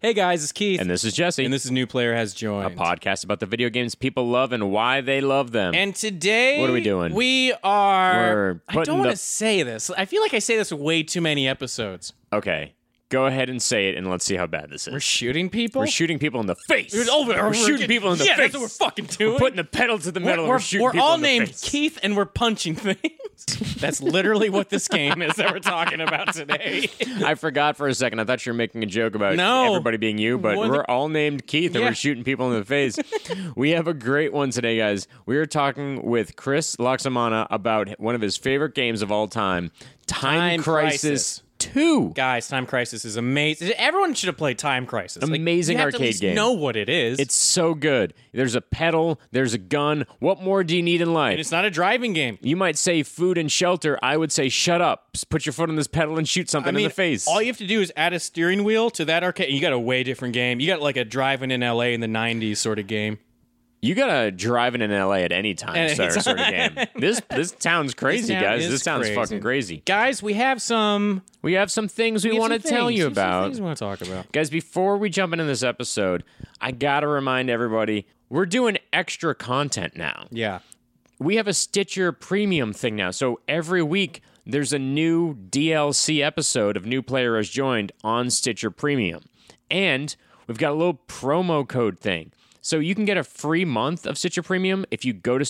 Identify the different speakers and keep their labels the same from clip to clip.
Speaker 1: Hey guys, it's Keith.
Speaker 2: And this is Jesse,
Speaker 1: And this is New Player Has Joined.
Speaker 2: a podcast about the video games people love and why they love them.
Speaker 1: And today,
Speaker 2: What are we doing?
Speaker 1: We are.
Speaker 2: We're
Speaker 1: I
Speaker 2: putting
Speaker 1: don't want
Speaker 2: the-
Speaker 1: to say this. I feel like I say this way too many episodes.
Speaker 2: okay, go ahead and say it, and let's see how bad this is.
Speaker 1: We're shooting people. oh,
Speaker 2: We're shooting people in the face.
Speaker 1: It's over.
Speaker 2: We're shooting
Speaker 1: getting-
Speaker 2: people in the
Speaker 1: yeah,
Speaker 2: face.
Speaker 1: that's what we're fucking doing.
Speaker 2: We're putting the pedal to the
Speaker 1: We're-
Speaker 2: metal. and
Speaker 1: we're,
Speaker 2: shooting
Speaker 1: we're
Speaker 2: people
Speaker 1: all
Speaker 2: in the
Speaker 1: named
Speaker 2: face.
Speaker 1: Keith, and we're punching things. that's literally what this game is that we're talking about today.
Speaker 2: I forgot for a second. I thought you were making a joke about
Speaker 1: No.
Speaker 2: everybody being you, but
Speaker 1: One of
Speaker 2: we're
Speaker 1: the-
Speaker 2: all named Keith and
Speaker 1: Yeah.
Speaker 2: we're shooting people in the face. we have a great one today, guys. We are talking with Chris Loxamana about one of his favorite games of all time, Time,
Speaker 1: Time
Speaker 2: Crisis,
Speaker 1: Crisis.
Speaker 2: 2.
Speaker 1: Guys, Time Crisis is amazing. Everyone should have played Time Crisis. Like,
Speaker 2: Amazing
Speaker 1: you have to at
Speaker 2: arcade
Speaker 1: least
Speaker 2: game.
Speaker 1: Know what it is?
Speaker 2: It's so good. There's a pedal, there's a gun. What more do you need in life?
Speaker 1: And it's not a driving game.
Speaker 2: you might say food and shelter. I would say shut up. Just Put your foot on this pedal and shoot something
Speaker 1: I mean,
Speaker 2: in the face.
Speaker 1: All you have to do is add a steering wheel to that arcade. You got a way different game. You got like a driving in LA in the '90s sort of game.
Speaker 2: You gotta driving in LA at any time,
Speaker 1: At any
Speaker 2: sir, sort of game. This this town's crazy,
Speaker 1: town
Speaker 2: guys.
Speaker 1: is
Speaker 2: This town's
Speaker 1: crazy.
Speaker 2: fucking crazy.
Speaker 1: Guys, we have some.
Speaker 2: We have some things we, want to tell you about,
Speaker 1: Things we want to talk about.
Speaker 2: guys. Before we jump into this episode, I gotta remind everybody we're doing extra content now.
Speaker 1: Yeah,
Speaker 2: We have a Stitcher Premium thing now, so every week there's a new DLC episode of New Player Has Joined on Stitcher Premium, and we've got a little promo code thing. So you can get a free month of Stitcher Premium if you go to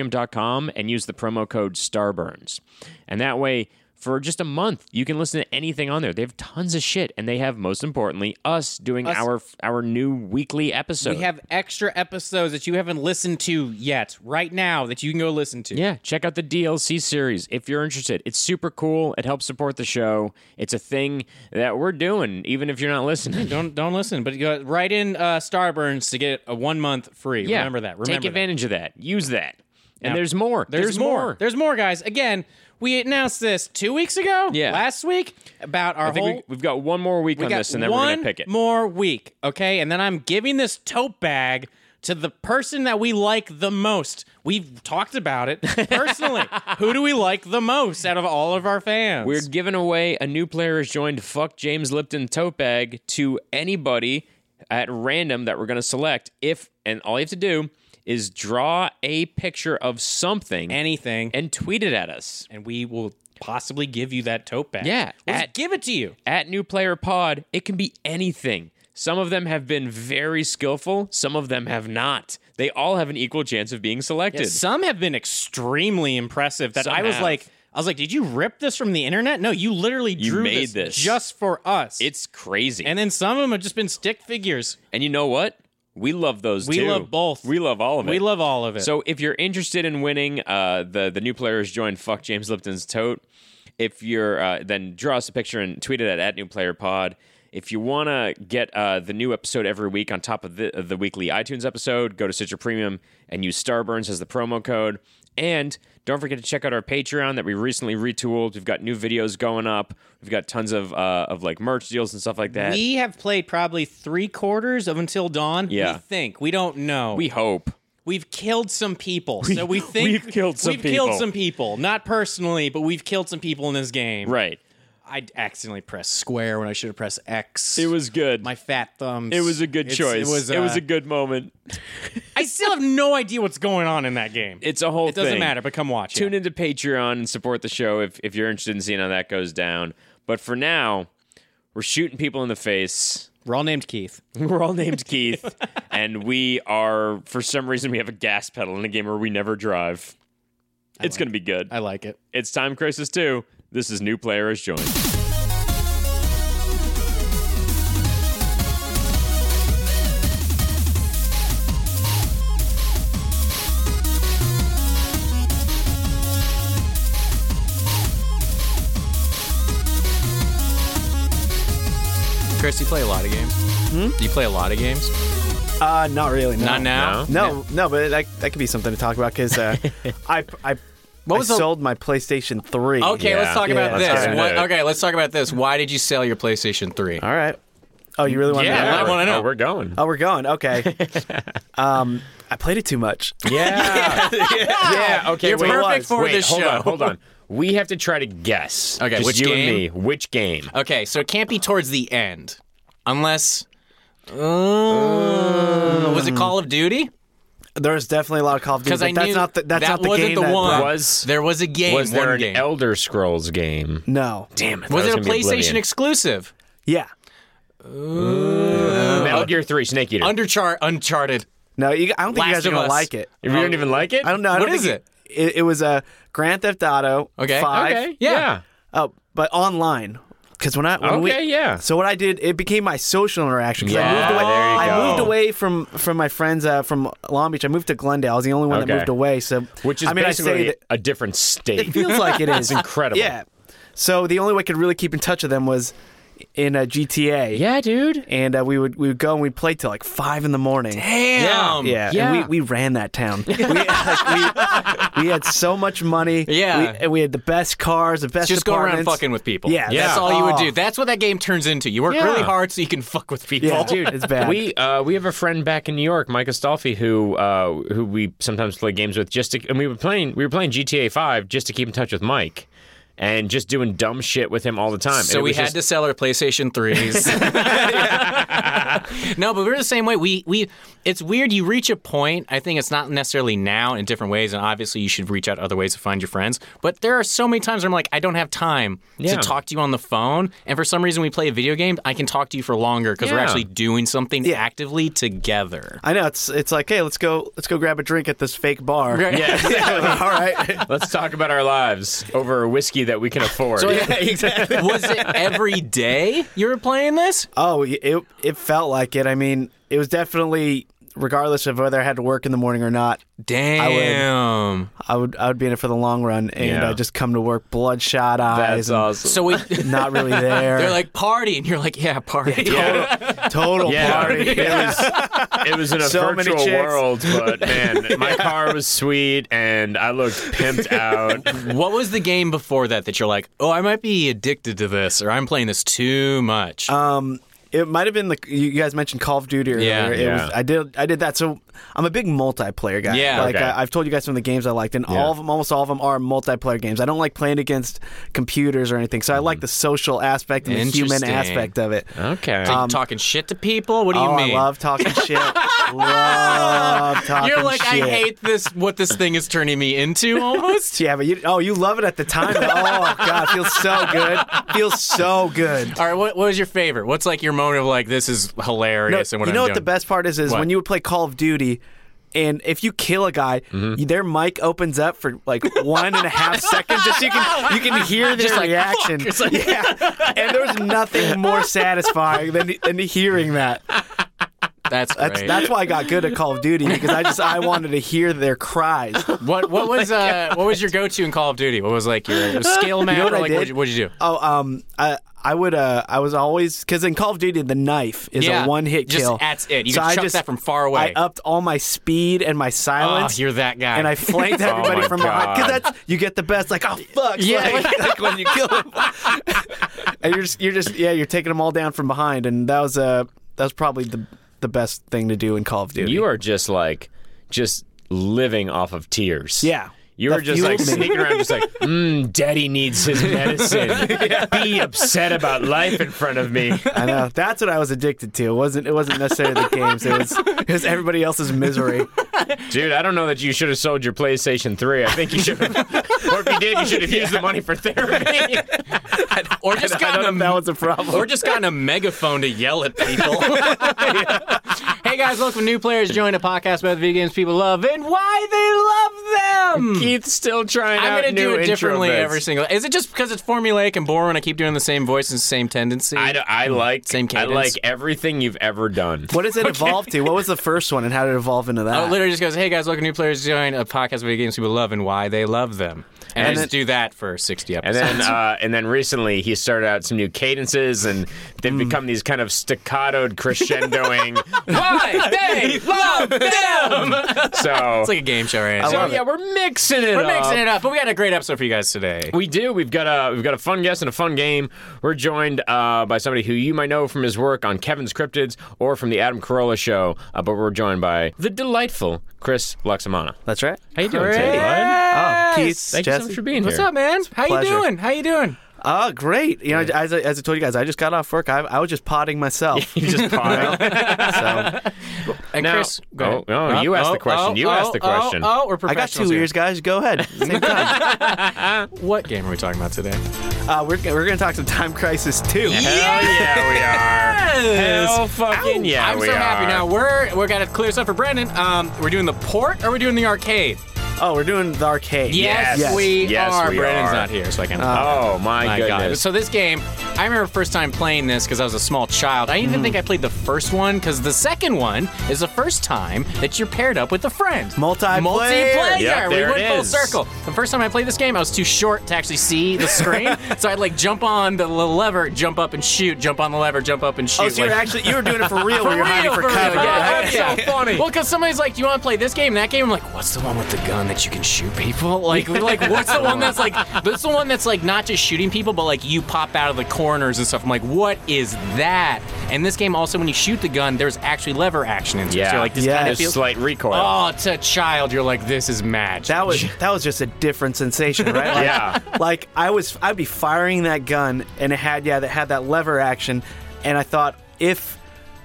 Speaker 2: stitcherpremium.com and use the promo code Starburns, and that way. For just a month, you can listen to anything on there. They have tons of shit, and they have, most importantly, us doing our our new weekly episode.
Speaker 1: we have extra episodes that you haven't listened to yet, right now, that you can go listen to.
Speaker 2: Yeah, check out the DLC series if you're interested. It's super cool. It helps support the show. It's a thing that we're doing, even if you're not listening.
Speaker 1: Don't don't listen, but go write in uh, Starburns to get a one month free.
Speaker 2: Yeah,
Speaker 1: Remember that. Remember
Speaker 2: Take
Speaker 1: that.
Speaker 2: advantage of that. Use that. And
Speaker 1: Now,
Speaker 2: there's more. There's, more.
Speaker 1: There's more, guys. Again, we announced this two weeks ago.
Speaker 2: Yeah.
Speaker 1: last week about our
Speaker 2: I think
Speaker 1: whole.
Speaker 2: we, we've got one more week
Speaker 1: We
Speaker 2: on
Speaker 1: got
Speaker 2: this, and then
Speaker 1: one
Speaker 2: we're gonna pick it.
Speaker 1: more week, okay? And then I'm giving this tote bag to the person that we like the most. We've talked about it personally. Who do we like the most out of all of our fans?
Speaker 2: We're giving away a new player has joined Fuck James Lipton tote bag to anybody at random that we're going to select. If and all you have to do is draw a picture of something
Speaker 1: anything, and,
Speaker 2: and tweet it at us.
Speaker 1: we will possibly give you that tote bag.
Speaker 2: Yeah,
Speaker 1: we'll
Speaker 2: at-
Speaker 1: just give it to you.
Speaker 2: at New Player Pod, it can be anything. Some of them have been very skillful, some of them have not. They all have an equal chance of being selected.
Speaker 1: Some have been extremely impressive. That
Speaker 2: Some
Speaker 1: I was
Speaker 2: have.
Speaker 1: like, I was like, did you rip this from the internet? No, you literally drew
Speaker 2: made
Speaker 1: this,
Speaker 2: this.
Speaker 1: just for us.
Speaker 2: It's crazy. And,
Speaker 1: and then some of them have just been stick figures.
Speaker 2: you know what? We love those
Speaker 1: We
Speaker 2: too.
Speaker 1: love both.
Speaker 2: We love all of it.
Speaker 1: We love all of it.
Speaker 2: So if you're interested in winning, uh, the the new players join. Fuck James Lipton's tote. If you're uh, then draw us a picture and tweet it at, at new player pod. If you want to get uh, the new episode every week on top of the, of the weekly iTunes episode, go to Stitcher Premium and use Starburns as the promo code. And don't forget to check out our Patreon that we recently retooled. We've got new videos going up. We've got tons of uh, of like merch deals and stuff like that.
Speaker 1: We have played probably three quarters of Until Dawn.
Speaker 2: Yeah.
Speaker 1: We think. We don't know.
Speaker 2: we
Speaker 1: We,
Speaker 2: hope.
Speaker 1: we've killed some people. so we think
Speaker 2: we've killed some
Speaker 1: we've killed
Speaker 2: people.
Speaker 1: some people. Not personally, but we've killed some people in this game.
Speaker 2: Right.
Speaker 1: I accidentally pressed square when I should have pressed X.
Speaker 2: It was good.
Speaker 1: my fat thumbs.
Speaker 2: it was a good
Speaker 1: It's-
Speaker 2: choice.
Speaker 1: It was,
Speaker 2: it was
Speaker 1: uh,
Speaker 2: a good moment.
Speaker 1: I still have no idea what's going on in that game.
Speaker 2: It's a whole
Speaker 1: it doesn't
Speaker 2: thing.
Speaker 1: matter, but come watch
Speaker 2: Tune
Speaker 1: it.
Speaker 2: into Patreon and support the show if, if you're interested in seeing how that goes down. But for now, we're shooting people in the face.
Speaker 1: We're all named Keith.
Speaker 2: We're all named Keith. and we are, for some reason, we have a gas pedal in a game where we never drive. it's going to be good.
Speaker 1: I like it.
Speaker 2: it's Time Crisis 2. This is New Player is Joined.
Speaker 3: Chris, you play a lot of games.
Speaker 4: Hmm?
Speaker 3: You play a lot of games.
Speaker 4: Uh, not really. No.
Speaker 1: Not now.
Speaker 2: No?
Speaker 4: No, no, but that, that could be something to talk about because uh, I I, I
Speaker 3: was the-
Speaker 4: sold my PlayStation Three.
Speaker 3: Okay,
Speaker 2: Yeah.
Speaker 3: let's talk
Speaker 4: Yeah,
Speaker 3: about
Speaker 4: let's
Speaker 3: this.
Speaker 4: get into
Speaker 3: What-
Speaker 2: it.
Speaker 3: okay, let's talk about this. Why did you sell your PlayStation 3?
Speaker 4: All right. Oh, you really want
Speaker 1: Yeah,
Speaker 4: to?
Speaker 1: I
Speaker 2: Oh,
Speaker 1: wanna know.
Speaker 2: oh, we're going.
Speaker 4: Oh, we're going. Okay. um, I played it too much.
Speaker 2: Yeah. yeah. Okay.
Speaker 3: You're
Speaker 2: wait,
Speaker 3: perfect for
Speaker 2: wait,
Speaker 3: this
Speaker 2: hold
Speaker 3: show.
Speaker 2: on. Hold on. We have to try to guess.
Speaker 3: Okay,
Speaker 2: Just
Speaker 3: which
Speaker 2: you
Speaker 3: game?
Speaker 2: and me. Which game?
Speaker 3: Okay, so it can't be towards the end, unless uh, was it Call of Duty?
Speaker 4: There's definitely a lot of Call of Duty.
Speaker 3: Because I
Speaker 4: but that's
Speaker 3: knew
Speaker 4: not the, that's
Speaker 3: that
Speaker 4: not the
Speaker 3: wasn't
Speaker 4: game
Speaker 3: the
Speaker 4: that
Speaker 3: one.
Speaker 4: brought-
Speaker 2: Was-
Speaker 3: there was a game?
Speaker 2: was there
Speaker 3: one
Speaker 2: an
Speaker 3: game?
Speaker 2: Elder Scrolls game?
Speaker 4: No.
Speaker 2: Damn it!
Speaker 3: was
Speaker 2: that
Speaker 3: it a
Speaker 2: gonna be
Speaker 3: PlayStation
Speaker 2: Oblivion.
Speaker 3: exclusive?
Speaker 4: Yeah.
Speaker 2: Metal
Speaker 4: Uh,
Speaker 2: Gear Three, Snake Eater.
Speaker 3: Underchar- Uncharted.
Speaker 4: No. You, I don't think you
Speaker 3: Last
Speaker 4: guys are
Speaker 3: of
Speaker 4: gonna
Speaker 3: Us.
Speaker 4: like it.
Speaker 2: you don't even like it?
Speaker 4: Oh. I don't know. I
Speaker 3: What
Speaker 4: don't
Speaker 3: is
Speaker 4: think
Speaker 3: it?
Speaker 4: you- It, it was a Grand Theft Auto.
Speaker 3: Okay.
Speaker 4: Five.
Speaker 2: Okay.
Speaker 3: Yeah.
Speaker 2: Yeah.
Speaker 4: Oh, but online. Because when I when we-
Speaker 2: Okay. Yeah.
Speaker 4: So what I did, it became my social interaction. 'cause I
Speaker 2: Yeah,
Speaker 4: moved away.
Speaker 2: there you
Speaker 4: I
Speaker 2: go.
Speaker 4: moved away from from my friends uh, from Long Beach. I moved to Glendale. I was the only one
Speaker 2: Okay.
Speaker 4: that moved away. So
Speaker 2: Which is
Speaker 4: I mean, I
Speaker 2: basically
Speaker 4: say that
Speaker 2: a different state.
Speaker 4: it feels like it
Speaker 2: It's
Speaker 4: is
Speaker 2: incredible.
Speaker 4: Yeah. So the only way I could really keep in touch with them was in uh, a GTA.
Speaker 2: Yeah, dude.
Speaker 4: And uh, we would we would go and we'd play till like five in the morning.
Speaker 3: Damn.
Speaker 4: Yeah,
Speaker 2: Yeah.
Speaker 4: And we, we ran that town. We, like, we, we had so much money.
Speaker 3: Yeah.
Speaker 4: we, and we had the best cars, the best.
Speaker 3: Just go around
Speaker 4: apartments.
Speaker 3: fucking with people.
Speaker 4: Yeah,
Speaker 2: Yeah.
Speaker 3: That's all you would
Speaker 4: Oh.
Speaker 3: do. That's what that game turns into. You work
Speaker 2: Yeah.
Speaker 3: really hard so you can fuck with people.
Speaker 4: Yeah, dude, it's bad.
Speaker 2: We uh, we have a friend back in New York, Mike Astolfi, who uh, who we sometimes play games with. Just to, and we were playing we were playing GTA Five just to keep in touch with Mike, and just doing dumb shit with him all the time.
Speaker 3: So we had to sell our PlayStation 3s. no, but we're the same way. We we it's weird you reach a point, I think it's not necessarily now in different ways and obviously you should reach out other ways to find your friends, but there are so many times where I'm like I don't have time
Speaker 2: Yeah.
Speaker 3: to talk to you on the phone and for some reason we play a video game, I can talk to you for longer cuz we're
Speaker 2: Yeah.
Speaker 3: actually doing something actively together.
Speaker 4: I know it's it's like hey, let's go let's go grab a drink at this fake bar.
Speaker 2: Yeah.
Speaker 4: All right.
Speaker 2: Let's talk about our lives over a whiskey that we can afford.
Speaker 4: exactly.
Speaker 3: Was it every day you were playing this?
Speaker 4: Oh, it it felt like it. I mean, it was definitely regardless of whether I had to work in the morning or not.
Speaker 3: Damn.
Speaker 4: I would I would be in it for the long run, and
Speaker 2: Yeah.
Speaker 4: I just come to work bloodshot
Speaker 2: That's
Speaker 4: eyes. and
Speaker 2: awesome.
Speaker 3: So we
Speaker 4: Not really there.
Speaker 3: they're like party and you're like, "Yeah, party."
Speaker 4: total, total
Speaker 2: Yeah.
Speaker 4: party. It was-
Speaker 2: It was in a
Speaker 4: So many
Speaker 2: virtual
Speaker 4: chicks.
Speaker 2: world, but man, my car was sweet and I looked pimped out.
Speaker 3: What was the game before that that you're like, oh, I might be addicted to this, or I'm playing this too much?
Speaker 4: Um, it might have been the you you guys mentioned Call of Duty earlier.
Speaker 3: Yeah,
Speaker 4: it
Speaker 2: yeah.
Speaker 4: Was, I did I did that. So I'm a big multiplayer guy.
Speaker 3: Yeah.
Speaker 4: like
Speaker 2: Okay.
Speaker 4: I, I've told you guys some of the games I liked, and all of them, almost all of them, are multiplayer games. I don't like playing against computers or anything. So I like the social aspect and the human
Speaker 3: Mm-hmm. Interesting.
Speaker 4: aspect of it.
Speaker 2: Okay.
Speaker 3: Like, talking shit to people? What do you
Speaker 4: Um, oh,
Speaker 3: mean?
Speaker 4: I love talking shit. love talking
Speaker 3: you're like,
Speaker 4: shit.
Speaker 3: I hate this. What this thing is turning me into, almost.
Speaker 4: Yeah, but you oh you love it at the time. oh god, it feels so good. Feels so good.
Speaker 3: All right, what, what was your favorite? What's like your moment of like, this is hilarious, and what
Speaker 4: you
Speaker 3: I'm
Speaker 4: know what
Speaker 3: doing?
Speaker 4: the best part is is
Speaker 3: What?
Speaker 4: when you would play Call of Duty, and if you kill a guy,
Speaker 3: Mm-hmm.
Speaker 4: you- their mic opens up for like one and a half seconds. Just so you can you can hear their
Speaker 3: like,
Speaker 4: reaction.
Speaker 3: "Fuck!" It's like-
Speaker 4: yeah, and there's nothing more satisfying than than hearing that.
Speaker 3: That's great.
Speaker 4: That's that's why I got good at Call of Duty because I just I wanted to hear their cries.
Speaker 3: what
Speaker 4: Oh
Speaker 3: what was uh, what was your go-to in Call of Duty? What was like your scale map?
Speaker 4: what
Speaker 3: or,
Speaker 4: I
Speaker 3: like, what'd
Speaker 4: did?
Speaker 3: you, what'd you do?
Speaker 4: Oh, um, I I would uh I was always because in Call of Duty the knife is
Speaker 3: Yeah,
Speaker 4: a one hit
Speaker 3: just
Speaker 4: kill.
Speaker 3: that's it. You
Speaker 4: so
Speaker 3: can
Speaker 4: I
Speaker 3: chuck
Speaker 4: just,
Speaker 3: that from far away.
Speaker 4: I upped all my speed and my
Speaker 3: Ah,
Speaker 4: silence.
Speaker 3: you're that guy. Oh
Speaker 4: and I flanked everybody
Speaker 2: my
Speaker 4: from behind because
Speaker 2: God.
Speaker 4: that's you get the best. Like oh fuck,
Speaker 3: Yeah.
Speaker 4: like, like when you kill them, and you're just, you're just yeah you're taking them all down from behind, and that was uh that was probably the the best thing to do in Call of Duty.
Speaker 2: You are just like, just living off of tears.
Speaker 4: Yeah.
Speaker 2: You were
Speaker 4: That
Speaker 2: just like
Speaker 4: fueled me.
Speaker 2: sneaking around, just like, mm, daddy needs his medicine. Be upset about life in front of me.
Speaker 4: I know that's what I was addicted to. It wasn't it wasn't necessarily the games. It was it was everybody else's misery.
Speaker 2: Dude, I don't know that you should have sold your PlayStation 3. I think you should have. or if you did, you should have used the money for therapy.
Speaker 3: or just
Speaker 4: I
Speaker 3: gotten
Speaker 4: don't know
Speaker 3: a
Speaker 4: if that was a problem.
Speaker 3: Or just gotten a megaphone to yell at people. hey guys, welcome new players join a podcast about the video games people love and why they love them.
Speaker 2: Keith's still trying
Speaker 3: I'm
Speaker 2: out
Speaker 3: gonna
Speaker 2: new
Speaker 3: do it
Speaker 2: intro
Speaker 3: differently
Speaker 2: bits.
Speaker 3: every single. Is it just because it's formulaic and boring? and I keep doing the same voice and same tendency.
Speaker 2: I, d- I like
Speaker 3: Same
Speaker 2: I
Speaker 3: cadence.
Speaker 2: like everything you've ever done.
Speaker 4: what does it evolve to? What was the first one, and how did it evolve into
Speaker 3: Oh,
Speaker 4: that?
Speaker 3: it literally just goes, "Hey guys, welcome new players join a podcast about video games people love and why they love them." And, I
Speaker 4: And
Speaker 3: just do that for 60
Speaker 2: And
Speaker 3: episodes.
Speaker 2: then uh, and then recently he started out some new cadences and they've
Speaker 3: Hmm.
Speaker 2: become these kind of staccatoed crescendoing.
Speaker 3: why they love them?
Speaker 2: so
Speaker 3: It's like a game show, right?
Speaker 2: so
Speaker 4: love
Speaker 2: yeah, we're mixing it
Speaker 3: We're
Speaker 2: up.
Speaker 3: mixing it up, but we got a great episode for you guys today.
Speaker 2: We do. We've got a we've got a fun guest and a fun game. We're joined uh, by somebody who you might know from his work on Kevin's Cryptids or from the Adam Carolla Show, uh, but we're joined by the delightful Chris Luxamana.
Speaker 4: That's right.
Speaker 2: How you doing today, bud?
Speaker 4: Oh, Keith,
Speaker 2: Thank you so
Speaker 4: Jesse.
Speaker 2: much for being
Speaker 3: What's
Speaker 2: here.
Speaker 3: up, man? How you
Speaker 4: pleasure.
Speaker 3: doing? How you doing?
Speaker 4: Oh, great! You know, as, I, as I told you guys, I just got off work. I, I was just potting myself.
Speaker 2: You just pile.
Speaker 4: so
Speaker 3: And
Speaker 2: Now-
Speaker 3: Chris, go
Speaker 2: oh,
Speaker 3: ahead.
Speaker 2: oh, you asked the question. you asked the question.
Speaker 3: Oh, oh, we're
Speaker 4: I got
Speaker 3: professionals
Speaker 4: two
Speaker 3: here.
Speaker 4: ears, guys. Go ahead. Same time.
Speaker 3: What game are we talking about today?
Speaker 4: uh, we're we're gonna talk some Time Crisis too.
Speaker 2: Hell yeah, we are. Hell fucking yeah,
Speaker 3: I'm
Speaker 2: we
Speaker 3: so
Speaker 2: are.
Speaker 3: happy now. We're we're gonna clear this up for Brandon. Um, we're doing the port or we're doing the arcade.
Speaker 4: Oh, we're doing the arcade.
Speaker 3: Yes,
Speaker 4: Yes.
Speaker 3: we
Speaker 2: Yes,
Speaker 3: are.
Speaker 2: we
Speaker 3: Brandon's
Speaker 2: are.
Speaker 3: not here, so I can.
Speaker 2: Oh my,
Speaker 3: My God.
Speaker 2: goodness.
Speaker 3: So this game, I remember first time playing this because I was a small child. I
Speaker 4: Hmm.
Speaker 3: even think I played the first one because the second one is the first time that you're paired up with a friend.
Speaker 4: Multiplayer.
Speaker 3: Multiplayer.
Speaker 2: Yep,
Speaker 3: we
Speaker 2: there
Speaker 3: went
Speaker 2: it
Speaker 3: full
Speaker 2: is.
Speaker 3: circle. The first time I played this game, I was too short to actually see the screen, so I'd like jump on the little lever, jump up and shoot, jump on the lever, jump up and shoot.
Speaker 4: Oh, so
Speaker 3: like-
Speaker 4: you're actually you were doing it for real. where you're hiding for,
Speaker 3: real,
Speaker 4: cover.
Speaker 3: real.
Speaker 4: Yeah.
Speaker 3: Yeah,
Speaker 2: Oh, That's
Speaker 3: yeah.
Speaker 2: so funny.
Speaker 3: Well, because somebody's like, "Do you want to play this game?" And that game, I'm like, "What's the one with the gun that you can shoot people?" Like, like what's the one that's like? That's the one that's like not just shooting people, but like you pop out of the corners and stuff. I'm like, "What is that?" And this game also, when you shoot the gun, there's actually lever action in it.
Speaker 2: yeah,
Speaker 3: So you're like this
Speaker 4: Yes.
Speaker 3: kind of
Speaker 2: It's
Speaker 3: feels.
Speaker 2: slight recoil.
Speaker 3: Oh, to a child, you're like, "This is magic."
Speaker 4: That was that was just a different sensation, right? Like,
Speaker 2: Yeah.
Speaker 4: Like I was, I'd be firing that gun, and it had yeah, that had that lever action, and I thought if,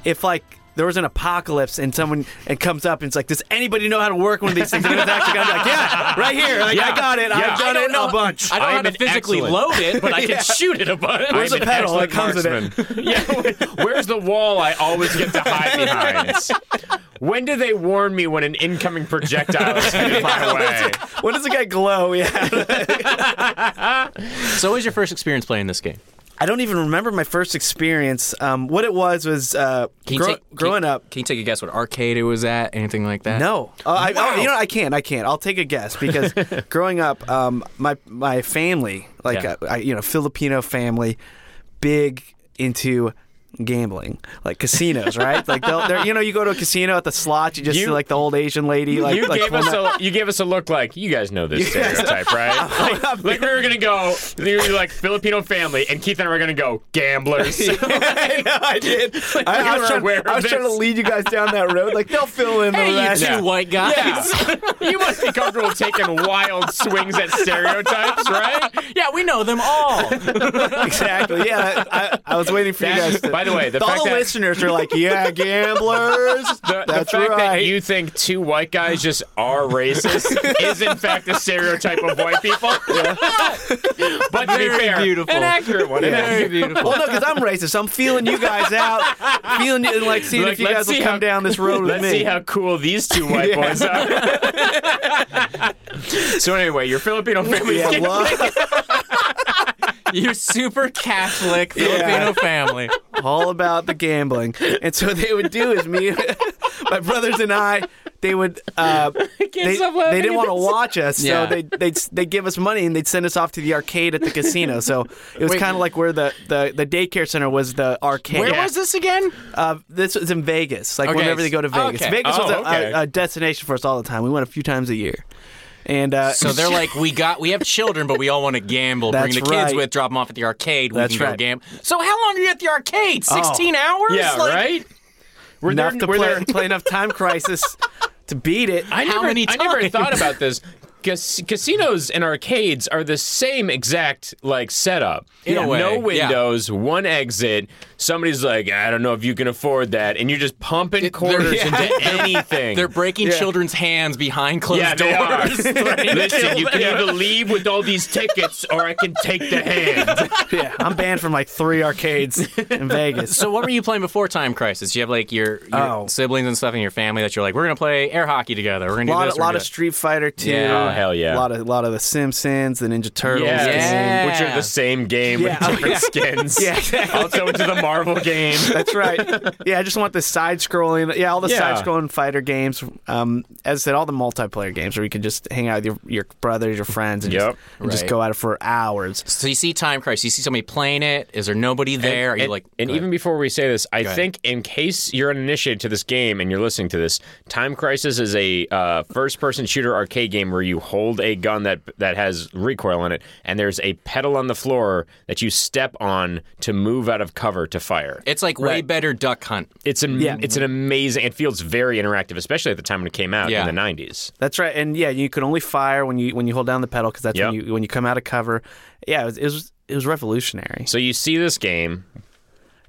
Speaker 4: if like there was an apocalypse and someone and comes up and it's like, does anybody know how to work one of these things? And it's actually gonna be like, yeah, right here, like
Speaker 2: Yeah.
Speaker 4: I got it,
Speaker 2: Yeah.
Speaker 4: I've done
Speaker 3: I
Speaker 4: it
Speaker 3: don't know
Speaker 4: a bunch.
Speaker 3: I don't know how
Speaker 2: I'm
Speaker 3: to
Speaker 2: an
Speaker 3: physically
Speaker 2: excellent-
Speaker 3: load it, but I can
Speaker 4: Yeah.
Speaker 3: shoot it a bunch.
Speaker 4: Where's
Speaker 2: I'm
Speaker 4: the
Speaker 2: an
Speaker 4: pedal that
Speaker 2: excellent
Speaker 4: comes with it?
Speaker 2: marksman. yeah, where's the wall I always get to hide behind? When do they warn me when an incoming projectile is headed my way?
Speaker 4: when does it get glow? Yeah.
Speaker 3: So, what was your first experience playing this game?
Speaker 4: I don't even remember my first experience. Um, what it was was uh,
Speaker 3: Can you
Speaker 4: grow-
Speaker 3: take- can you-
Speaker 4: growing up.
Speaker 3: Can you take a guess what arcade it was at? Anything like that?
Speaker 4: No, uh, I,
Speaker 3: Wow.
Speaker 4: oh, you know I can't. I can't. I'll take a guess because growing up, um, my my family, like
Speaker 3: Yeah.
Speaker 4: uh, I, you know, Filipino family, big into gambling, like casinos, right? like they'll, they're, you know, you go to a casino at the slot, you just
Speaker 2: You-
Speaker 4: see like the old Asian lady, like
Speaker 2: You
Speaker 4: like
Speaker 2: gave
Speaker 4: pulling
Speaker 2: us
Speaker 4: out-
Speaker 2: a you gave us a look like you guys know this stereotype, right? Like, like we were gonna go, you were like Filipino family, and Keith and I were gonna go gamblers.
Speaker 4: I know, I did. I,
Speaker 2: you
Speaker 4: I
Speaker 2: were
Speaker 4: was, trying,
Speaker 2: aware of
Speaker 4: I was trying to
Speaker 2: this.
Speaker 4: lead you guys down that road. Like they'll fill in the
Speaker 3: Hey, you
Speaker 4: rest.
Speaker 3: two white guys.
Speaker 2: Yeah. you must be comfortable taking wild swings at stereotypes, right?
Speaker 3: Yeah, we know them all.
Speaker 4: exactly. Yeah, I, I was waiting for
Speaker 2: That-
Speaker 4: you guys. To,
Speaker 2: by the way, the
Speaker 4: all
Speaker 2: fact
Speaker 4: the
Speaker 2: that-
Speaker 4: listeners are like, "Yeah, gamblers."
Speaker 2: The, the
Speaker 4: That's
Speaker 2: fact
Speaker 4: right.
Speaker 2: that you think two white guys just are racist is in fact a stereotype of white people. but to be
Speaker 3: Very
Speaker 2: fair,
Speaker 3: beautiful.
Speaker 2: an accurate one. it
Speaker 4: Yeah.
Speaker 2: is.
Speaker 3: Very beautiful.
Speaker 4: Well, no, because I'm racist. I'm feeling you guys out, feeling you, like seeing
Speaker 2: Look,
Speaker 4: if you
Speaker 2: let's
Speaker 4: guys will
Speaker 2: see
Speaker 4: come
Speaker 2: how-
Speaker 4: down this road with
Speaker 2: Let's
Speaker 4: me.
Speaker 2: see how cool these two white
Speaker 4: Yeah.
Speaker 2: boys are. so anyway, your Filipino family.
Speaker 4: yeah, well,
Speaker 3: You're super Catholic
Speaker 4: Yeah.
Speaker 3: Filipino family.
Speaker 4: all about the gambling. And so they would do is me, my brothers and I, they would. Uh, they,
Speaker 2: stop laughing
Speaker 4: they didn't
Speaker 2: at
Speaker 4: want to watch us, so
Speaker 3: Yeah.
Speaker 4: they they they give us money and they'd send us off to the arcade at the casino. So it was
Speaker 3: Wait.
Speaker 4: kind of like where the, the, the daycare center was the arcade.
Speaker 3: Where
Speaker 2: Yeah.
Speaker 3: was this again?
Speaker 4: Uh, this was in Vegas. Like
Speaker 3: Okay.
Speaker 4: whenever they go to Vegas,
Speaker 3: Okay.
Speaker 4: Vegas
Speaker 2: Oh,
Speaker 4: was a,
Speaker 2: okay.
Speaker 4: a, a destination for us all the time. We went a few times a year, and uh,
Speaker 3: So they're like, we got, we have children, but we all want to gamble. Bring
Speaker 4: That's
Speaker 3: the kids
Speaker 4: right.
Speaker 3: with, drop them off at the arcade. We
Speaker 4: That's
Speaker 3: can go
Speaker 4: right. Oh.
Speaker 3: gamble. So how long are you at the arcade? Sixteen hours?
Speaker 2: Yeah,
Speaker 3: Like,
Speaker 2: right. Were
Speaker 4: enough
Speaker 2: there-
Speaker 4: to
Speaker 2: were
Speaker 4: play,
Speaker 2: there-
Speaker 4: play enough time crisis to beat it.
Speaker 2: I
Speaker 3: How
Speaker 2: never,
Speaker 3: many
Speaker 2: I never
Speaker 3: times?
Speaker 2: thought about this. Cas- casinos and arcades are the same exact like setup.
Speaker 3: In a way,
Speaker 2: no
Speaker 3: yeah.
Speaker 2: windows, one exit. Somebody's like, I don't know if you can afford that, and you're just pumping quarters
Speaker 3: yeah.
Speaker 2: into anything.
Speaker 3: They're breaking children's hands behind closed
Speaker 2: yeah, they are.
Speaker 3: doors.
Speaker 2: Listen, you can either leave with all these tickets, or I can take the hand.
Speaker 4: yeah, I'm banned from like three arcades in Vegas.
Speaker 3: So what were you playing before Time Crisis? You have like your, your
Speaker 4: Oh.
Speaker 3: siblings and stuff in your family that you're like, we're gonna play air hockey together. We're gonna
Speaker 4: a lot,
Speaker 3: do
Speaker 4: of,
Speaker 3: this. we're
Speaker 4: lot
Speaker 3: gonna
Speaker 4: of Street Fighter 2.
Speaker 2: Yeah. Oh, hell yeah.
Speaker 4: A lot of, lot of the Simpsons, the Ninja Turtles.
Speaker 3: Yeah.
Speaker 2: which are the same game
Speaker 4: Yeah.
Speaker 2: with different skins.
Speaker 4: Yeah, exactly.
Speaker 2: Also into the Marvel game.
Speaker 4: That's right. Yeah, I just want the side scrolling. Yeah, all the
Speaker 2: Yeah.
Speaker 4: side scrolling fighter games. Um, as I said, all the multiplayer games where you can just hang out with your, your brothers, your friends, and,
Speaker 2: Yep.
Speaker 4: just, and just
Speaker 3: Right.
Speaker 4: go at it for hours.
Speaker 3: So you see Time Crisis, you see somebody playing it. Is there nobody there? Are you
Speaker 2: and,
Speaker 3: like,
Speaker 2: and
Speaker 3: go
Speaker 2: even before we say this, I
Speaker 3: ahead.
Speaker 2: think in case you're uninitiated to this game and you're listening to this, Time Crisis is a uh, first-person shooter arcade game where you hold a gun that that has recoil on it, and there's a pedal on the floor that you step on to move out of cover to fire.
Speaker 3: It's like way better Duck Hunt.
Speaker 2: It's an
Speaker 4: Yeah.
Speaker 2: it's an amazing. It feels very interactive, especially at the time when it came out
Speaker 3: Yeah.
Speaker 2: in the '90s.
Speaker 4: That's right, and yeah, you can only fire when you when you hold down the pedal because that's
Speaker 2: Yep.
Speaker 4: when you when you come out of cover. Yeah, it was, it was it was revolutionary.
Speaker 2: So you see this game.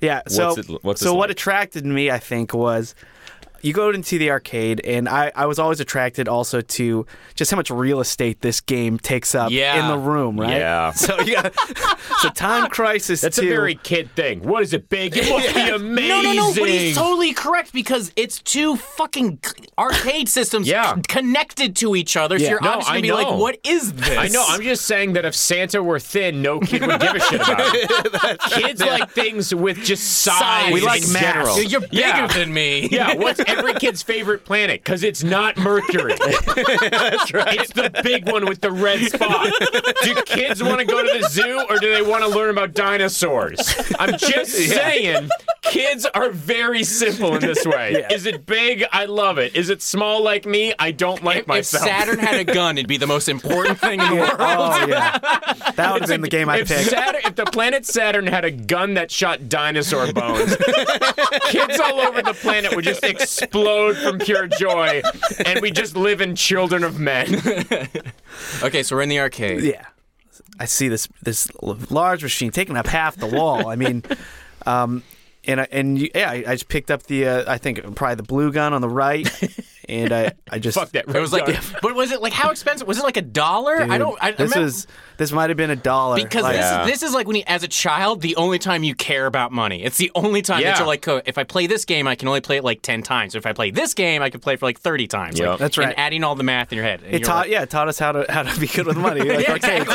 Speaker 4: Yeah. So
Speaker 2: What's it- what's
Speaker 4: so
Speaker 2: this
Speaker 4: what
Speaker 2: like?
Speaker 4: attracted me, I think, was you go into the arcade, and I, I was always attracted also to just how much real estate this game takes up
Speaker 3: Yeah.
Speaker 4: in the room, right?
Speaker 2: Yeah.
Speaker 4: So yeah. so Time Crisis.
Speaker 2: That's a
Speaker 4: 2,
Speaker 2: very kid thing. What is it, big? It must be amazing.
Speaker 3: No, no, no, but he's totally correct because it's two fucking c- arcade systems
Speaker 2: Yeah.
Speaker 3: c- connected to each other. So
Speaker 4: Yeah.
Speaker 3: you're
Speaker 2: No,
Speaker 3: obviously
Speaker 2: I
Speaker 3: going to be
Speaker 2: know.
Speaker 3: like, what is this?
Speaker 2: I know. I'm just saying that if Santa were thin, no kid would give a shit about it. Kids like things with just size.
Speaker 3: Size. We like
Speaker 2: in
Speaker 4: mass.
Speaker 2: general.
Speaker 3: Dude, you're bigger
Speaker 2: Yeah.
Speaker 3: than me.
Speaker 2: Yeah, what's every kid's favorite planet? Because it's not Mercury. That's right. It's the big one with the red spot. Do kids want to go to the zoo or do they want to learn about dinosaurs? I'm just saying, kids are very simple in this way. Is it big? I love it. Is it small like me? I don't like
Speaker 3: If
Speaker 2: myself.
Speaker 3: Saturn had a gun, it'd be the most important thing in the world.
Speaker 4: Oh yeah. That would have been the game I
Speaker 2: if,
Speaker 4: picked.
Speaker 2: Saturn, if the planet Saturn had a gun that shot dinosaur bones, kids all over the planet would just explode from pure joy, and we just live in children of men.
Speaker 3: Okay, so we're in the arcade.
Speaker 4: Yeah. I see this this l- large machine taking up half the wall. I mean, um, and I, and you, yeah, I, I just picked up the uh, I think probably the blue gun on the right, and I I just
Speaker 2: Fuck that.
Speaker 3: It was like, but was it like how expensive? Was it like a dollar? I don't. I, I
Speaker 4: this
Speaker 3: remember-
Speaker 4: was this might have been a dollar
Speaker 3: because
Speaker 4: like-
Speaker 3: this,
Speaker 2: Yeah.
Speaker 3: is, this is like when you, as a child, the only time you care about money. It's the only time
Speaker 2: Yeah.
Speaker 3: that you're like, oh, if I play this game, I can only play it like ten times. If I play this game, I can play it for like thirty times.
Speaker 2: Yep.
Speaker 3: Like,
Speaker 4: That's right.
Speaker 3: And adding all the math in your head. And
Speaker 4: It
Speaker 3: you're
Speaker 4: taught,
Speaker 3: like-
Speaker 4: yeah, it taught us how to how to be good with money. Like, okay.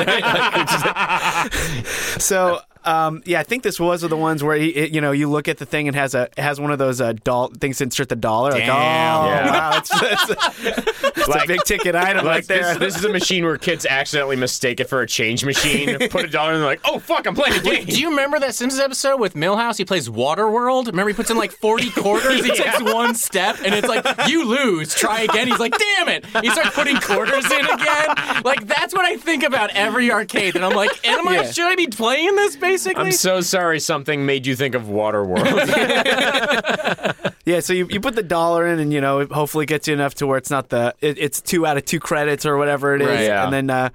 Speaker 4: so, um, yeah, I think this was the ones where he, it, you know you look at the thing and has a it has one of those uh, doll things to insert the dollar. Like, oh,
Speaker 3: Damn.
Speaker 2: Yeah.
Speaker 4: wow, that's, that's, that's a
Speaker 2: Like-
Speaker 4: big ticket
Speaker 2: Like
Speaker 4: item right there.
Speaker 2: this, this is a machine where kids accidentally mistake it for a change machine, put a dollar in, and they're like, "Oh fuck, I'm playing a game."
Speaker 3: Do you remember that Simpsons episode with Millhouse? He plays Waterworld. Remember, he puts in like 40 quarters. He takes one step, and it's like, you lose. Try again. He's like, damn it. He starts putting quarters in again. Like, that's what I think about every arcade. And I'm like, am I,
Speaker 4: Yeah.
Speaker 3: should I be playing this basically?
Speaker 2: I'm so sorry. Something made you think of Waterworld.
Speaker 4: Yeah, so you, you put the dollar in, and you know, it hopefully gets you enough to where it's not the it, it's two out of two credits or whatever it is,
Speaker 2: Right, yeah.
Speaker 4: and then uh,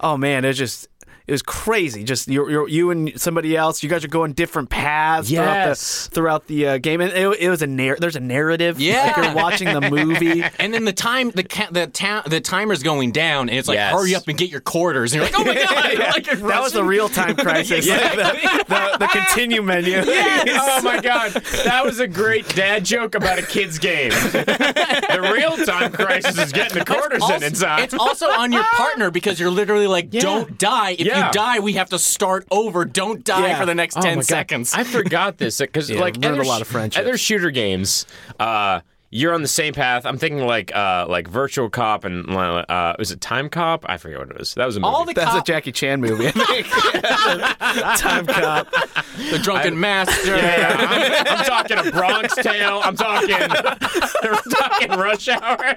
Speaker 4: oh man, it's just it was crazy. Just you you you and somebody else, you guys are going different paths
Speaker 2: Yes.
Speaker 4: throughout the, throughout the uh, game, and it, it was a narr- there's a narrative.
Speaker 3: Yeah.
Speaker 4: like you're watching the movie.
Speaker 3: and then the time the ca- the ta- the timer's going down, and it's like
Speaker 2: Yes.
Speaker 3: hurry up and get your quarters. And you're like, oh my god, like you're
Speaker 4: That was the real time crisis. the, the, the continue menu.
Speaker 2: Oh my god, that was a great dad joke about a kid's game. the real time crisis is getting the quarters in
Speaker 3: also,
Speaker 2: in time.
Speaker 3: it's also on your partner because you're literally like, don't die. If
Speaker 2: Yeah.
Speaker 3: you die, we have to start over. Don't die
Speaker 4: Yeah.
Speaker 3: for the next
Speaker 2: Oh
Speaker 3: ten
Speaker 2: my God.
Speaker 3: seconds.
Speaker 2: I forgot this because like
Speaker 4: ruined a
Speaker 2: other
Speaker 4: lot of
Speaker 2: sh-
Speaker 4: friendships.
Speaker 2: Other shooter games, uh, you're on the same path. I'm thinking like uh, like Virtual Cop and uh, was it Time Cop? I forget what it was. That was a movie.
Speaker 3: All the
Speaker 4: That's a
Speaker 3: cop,
Speaker 4: Jackie Chan movie. I think. time cop.
Speaker 3: the drunken master.
Speaker 2: yeah, yeah. I'm, I'm talking a Bronx Tale. I'm talking, I'm talking Rush Hour.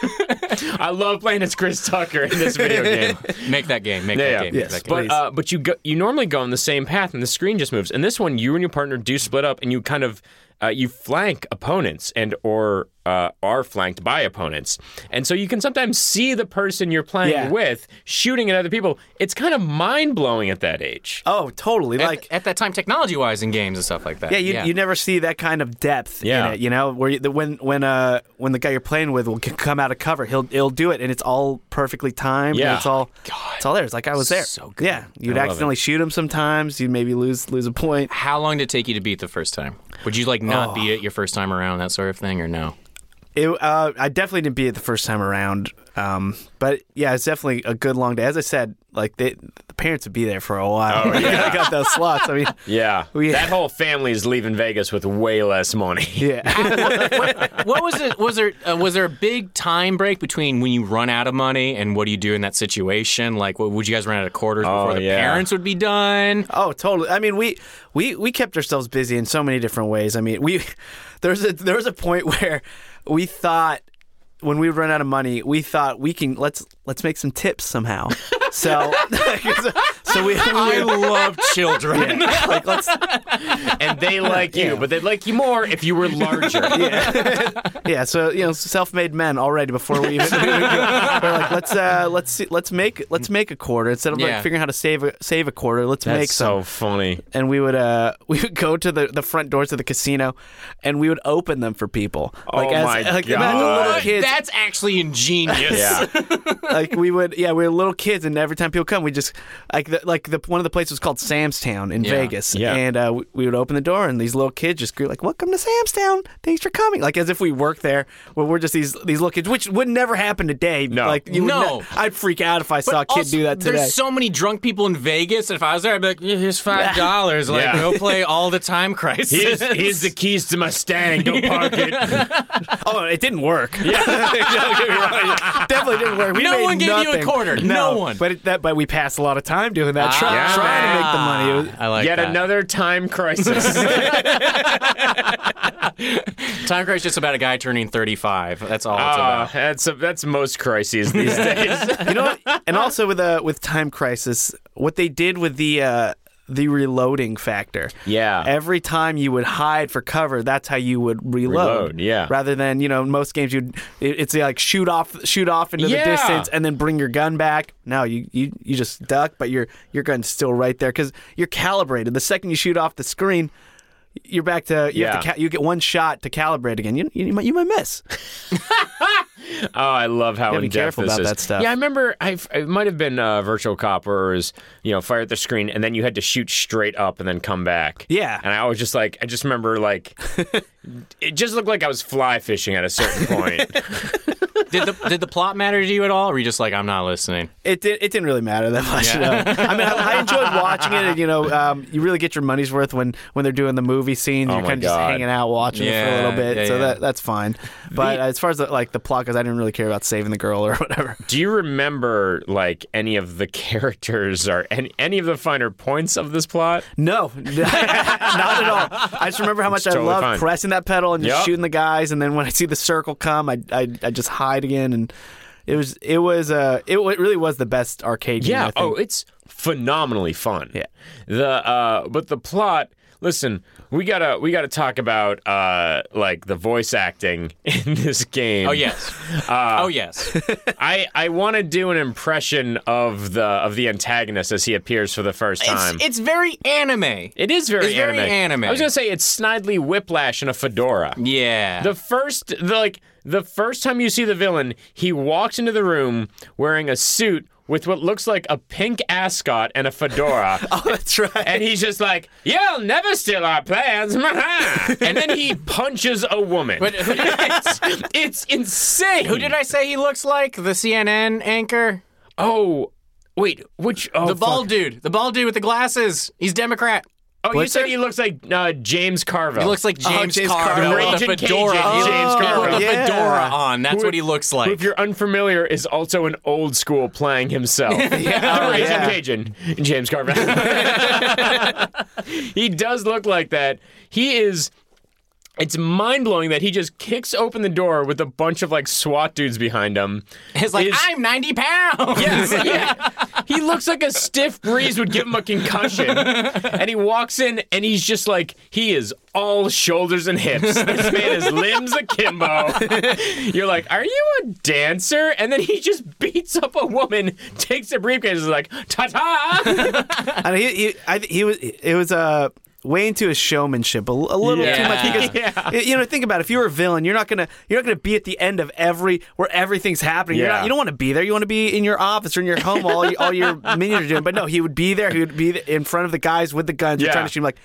Speaker 2: I love playing as Chris Tucker in this video game.
Speaker 3: Make that game. Make
Speaker 2: Yeah,
Speaker 3: that
Speaker 2: yeah.
Speaker 3: game.
Speaker 4: Yes,
Speaker 3: make that game.
Speaker 2: But
Speaker 4: Please.
Speaker 2: uh, but you go, you normally go on the same path and the screen just moves. And this one, you and your partner do split up and you kind of uh, you flank opponents and or uh, are flanked by opponents. And so you can sometimes see the person you're playing
Speaker 4: Yeah.
Speaker 2: with shooting at other people. It's kind of mind blowing at that age.
Speaker 4: Oh, totally.
Speaker 3: At-
Speaker 4: like
Speaker 3: at, that time, technology-wise, in games and stuff like that.
Speaker 4: Yeah, you, you never see that kind of depth
Speaker 2: Yeah.
Speaker 4: in it. You know, where you, the, when when uh when the guy you're playing with will c- come out of cover, he'll he'll do it, and it's all perfectly timed. and
Speaker 2: Yeah.
Speaker 4: it's all it's all there. It's like I was there.
Speaker 3: So good.
Speaker 4: Yeah, you'd accidentally shoot him sometimes. You'd maybe lose lose a point.
Speaker 3: How long did it take you to beat the first time? Would you like not beat it your first time around, that sort of thing, or no?
Speaker 4: It, uh, I definitely didn't beat it the first time around. Um, but yeah, it's definitely a good long day. As I said, like they, the parents would be there for a while. I got those slots. I mean,
Speaker 2: Yeah.
Speaker 4: We-
Speaker 2: That whole family is leaving Vegas with way less money.
Speaker 4: yeah.
Speaker 3: what was it? Was there uh, was there a big time break between when you run out of money and what do you do in that situation? Like, what, would you guys run out of quarters before the
Speaker 2: yeah.
Speaker 3: parents would be done?
Speaker 4: Oh, totally. I mean, we we we kept ourselves busy in so many different ways. I mean, we there's a there was a point where we thought when we run out of money, we thought we can let's let's make some tips somehow. So so, So we,
Speaker 3: I love children.
Speaker 4: like let's
Speaker 2: and they like you, but they'd like you more if you were larger.
Speaker 4: yeah. So you know, self-made men already before we even. we're like let's uh let's see, let's make let's make a quarter instead of like
Speaker 3: Yeah.
Speaker 4: figuring out how to save a, save a quarter. Let's
Speaker 2: That's
Speaker 4: make some.
Speaker 2: so funny.
Speaker 4: and we would uh we would go to the, the front doors of the casino and we would open them for people. like as
Speaker 2: Oh my
Speaker 4: like imagine
Speaker 2: God.
Speaker 4: little kids
Speaker 3: That's actually ingenious.
Speaker 2: Yeah.
Speaker 4: like we would yeah, we were little kids and every time people come we just like the, like the one of the places was called Sam's Town in
Speaker 3: Yeah.
Speaker 4: Vegas.
Speaker 2: Yeah.
Speaker 4: And uh, we, we would open the door and these little kids just grew like, Welcome to Sam's Town. Thanks for coming. Like as if we worked there where we're just these these little kids, which would never happen today.
Speaker 2: No.
Speaker 4: Like you would
Speaker 3: No.
Speaker 4: ne- I'd freak out if I saw a kid
Speaker 3: Also,
Speaker 4: do that today.
Speaker 3: There's so many drunk people in Vegas. and If I was there, I'd be like, yeah, "Here's five dollars. Like,
Speaker 2: Yeah.
Speaker 3: go play all the time crisis."
Speaker 2: Here's, here's the keys to my Stang. Go park it.
Speaker 4: oh, it didn't work. Definitely didn't work. We
Speaker 3: No
Speaker 4: made
Speaker 3: one gave you a
Speaker 4: nothing.
Speaker 3: quarter. No one.
Speaker 4: But it, that, but we passed a lot of time doing that, try,
Speaker 3: Ah.
Speaker 4: trying to make the money. It was-
Speaker 3: I like
Speaker 2: Yet
Speaker 3: that.
Speaker 2: another time crisis.
Speaker 3: Time crisis is just about a guy turning 35. That's all it's
Speaker 2: Ah,
Speaker 3: about.
Speaker 2: that's that's most crises these days.
Speaker 4: you know, what? and also with uh, with Time Crisis, what they did with the uh, the reloading factor.
Speaker 2: Yeah.
Speaker 4: Every time you would hide for cover, that's how you would reload.
Speaker 2: Reload, yeah.
Speaker 4: Rather than you know in most games you'd it- it's like shoot off shoot off into
Speaker 2: Yeah.
Speaker 4: the distance and then bring your gun back. No, you you, you just duck, but your your gun's still right there because you're calibrated. The second you shoot off the screen. You're back to you. Have to
Speaker 2: Yeah.
Speaker 4: ca- you get one shot to calibrate again. You you, might, you might miss.
Speaker 2: Oh, I love how
Speaker 4: be
Speaker 2: in depth
Speaker 4: careful
Speaker 2: this
Speaker 4: about
Speaker 2: is.
Speaker 4: that stuff.
Speaker 2: Yeah, I remember. I it might have been uh, Virtual Cop, where it was you know fire at the screen, and then you had to shoot straight up and then come back.
Speaker 4: Yeah.
Speaker 2: and I was just like, I just remember like, it just looked like I was fly fishing at a certain point.
Speaker 3: Did the did the plot matter to you at all? Or were you just like, I'm not listening?
Speaker 4: It did. It didn't really matter that much. no. I mean, I, I enjoyed watching it, and you know, um, you really get your money's worth when when they're doing the movie scenes. You're
Speaker 2: Oh my
Speaker 4: kind of just
Speaker 2: God.
Speaker 4: hanging out watching it for a
Speaker 3: Yeah,
Speaker 4: little bit,
Speaker 3: yeah,
Speaker 4: so
Speaker 3: yeah.
Speaker 4: that that's fine. But as far as the, like the plot goes, I didn't really care about saving the girl or whatever.
Speaker 2: Do you remember like any of the characters or any, any of the finer points of this plot?
Speaker 4: No, not at all. I just remember how much I
Speaker 2: totally
Speaker 4: love
Speaker 2: fine.
Speaker 4: pressing that pedal and just
Speaker 2: Yep.
Speaker 4: shooting the guys, and then when I see the circle come, I I, I just hide again and. It was it was uh it, w- it really was the best arcade game. I
Speaker 2: Yeah.
Speaker 4: think.
Speaker 2: Oh, it's phenomenally fun. Yeah. The uh, but the plot. Listen, we gotta we gotta talk about uh, like the voice acting in this game.
Speaker 3: Oh yes. oh yes.
Speaker 2: I, I want to do an impression of the of the antagonist as he appears for the first time.
Speaker 3: It's, it's very anime.
Speaker 2: it is very
Speaker 3: it's very anime.
Speaker 2: I was gonna say it's Snidely Whiplash in a fedora.
Speaker 3: Yeah.
Speaker 2: The first, the, like the first time you see the villain, he walks into the room wearing a suit with what looks like a pink ascot and a fedora.
Speaker 4: Oh, that's right.
Speaker 2: And he's just like, "You'll never steal our plans!" and then he punches a woman.
Speaker 3: But who did, I,
Speaker 2: it's insane.
Speaker 3: who did I say he looks like? The CNN anchor?
Speaker 2: Oh, wait, which? Oh,
Speaker 3: The
Speaker 2: fuck.
Speaker 3: bald dude. The bald dude with the glasses. He's Democrat.
Speaker 2: Oh, you said he looks like uh, James Carville.
Speaker 3: He looks like James,
Speaker 4: James
Speaker 3: Carville,
Speaker 4: Carville.
Speaker 3: with a
Speaker 2: Oh, Raging
Speaker 3: fedora.
Speaker 2: Cajun
Speaker 3: He-
Speaker 2: James
Speaker 3: he put
Speaker 2: Carville.
Speaker 3: the
Speaker 4: Yeah.
Speaker 3: fedora on. That's
Speaker 2: Who-
Speaker 3: what he looks
Speaker 2: who,
Speaker 3: like.
Speaker 2: if you're unfamiliar, is also an old school playing himself. yeah,
Speaker 4: Oh,
Speaker 2: Raging
Speaker 4: yeah.
Speaker 2: Cajun, James Carville. he does look like that. He is. It's mind blowing that he just kicks open the door with a bunch of like SWAT dudes behind him.
Speaker 3: He's like,
Speaker 2: Is-
Speaker 3: I'm 90 pounds.
Speaker 2: Yes, yeah. He looks like a stiff breeze would give him a concussion. And he walks in and he's just like, he is all shoulders and hips. This man is limbs akimbo. You're like, are you a dancer? And then he just beats up a woman, takes a briefcase, and is like, ta ta.
Speaker 4: And he, he, I, th- he was, it was uh, way into his showmanship, a, l- a little
Speaker 3: Yeah.
Speaker 4: too much. Because
Speaker 2: Yeah.
Speaker 4: you know, think about it. if you're a villain, you're not gonna, you're not gonna be at the end of every where everything's happening. You're
Speaker 2: Yeah.
Speaker 4: not, you don't want to be there. You want to be in your office or in your home while all, y- all your minions are doing. But no, he would be there. He would be th- in front of the guys with the guns,
Speaker 2: Yeah.
Speaker 4: trying to shoot him like.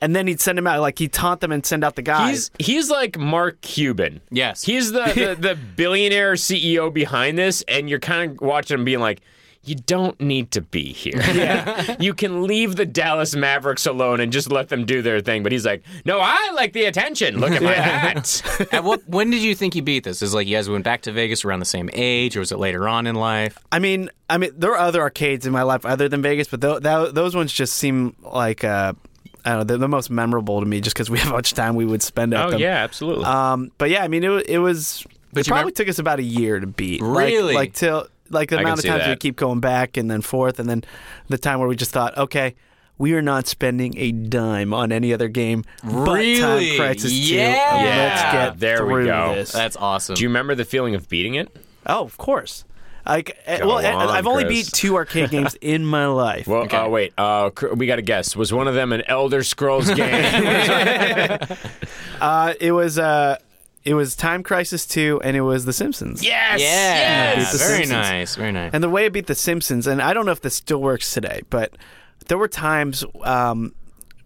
Speaker 4: And then he'd send him out, like he'd taunt them and send out the
Speaker 2: He's
Speaker 4: guys.
Speaker 2: he's like Mark Cuban.
Speaker 3: Yes.
Speaker 2: He's the, the, the billionaire CEO behind this, and you're kind of watching him being like, you don't need to be here. Yeah. you can leave the Dallas Mavericks alone and just let them do their thing. But he's like, no, I like the attention. Look at my hat.
Speaker 3: At what, when did you think you beat this? Is it like you guys went back to Vegas around the same age, or was it later on in life?
Speaker 4: I mean, I mean, there are other arcades in my life other than Vegas, but tho- tho- those ones just seem like uh, I don't know, they're the most memorable to me, just because we have much time we would spend
Speaker 2: Oh,
Speaker 4: at
Speaker 3: Oh,
Speaker 4: them.
Speaker 2: absolutely.
Speaker 4: Uh, Um, but yeah, I mean, it, wa- it was.
Speaker 3: But
Speaker 4: it
Speaker 3: you
Speaker 4: probably
Speaker 3: remember-
Speaker 4: took us about a year to beat. Like-
Speaker 3: Really?
Speaker 4: Like, till like the
Speaker 3: can
Speaker 4: amount of
Speaker 3: see
Speaker 4: times we
Speaker 3: that.
Speaker 4: keep going back and then forth, and then the time where we just thought, okay, we are not spending a dime on any other game but Time
Speaker 3: Really?
Speaker 4: Crisis
Speaker 3: Yeah.
Speaker 4: 2. Let's
Speaker 3: Yeah.
Speaker 4: get
Speaker 2: There we
Speaker 4: through
Speaker 2: go.
Speaker 4: this.
Speaker 3: That's awesome.
Speaker 2: Do you remember the feeling of beating it?
Speaker 4: Oh, of course. Like, eh, well, eh,
Speaker 2: on,
Speaker 4: I've only
Speaker 2: Chris.
Speaker 4: beat two arcade games in my life.
Speaker 2: Well, uh, wait. Uh, cr- we got to guess. Was one of them an Elder Scrolls game?
Speaker 4: Uh, it was uh, it was Time Crisis Two, and it was The Simpsons.
Speaker 2: yes.
Speaker 3: yeah,
Speaker 4: Beat the
Speaker 3: very
Speaker 4: Simpsons.
Speaker 3: nice, very nice.
Speaker 4: And the way I beat The Simpsons, and I don't know if this still works today, but there were times um,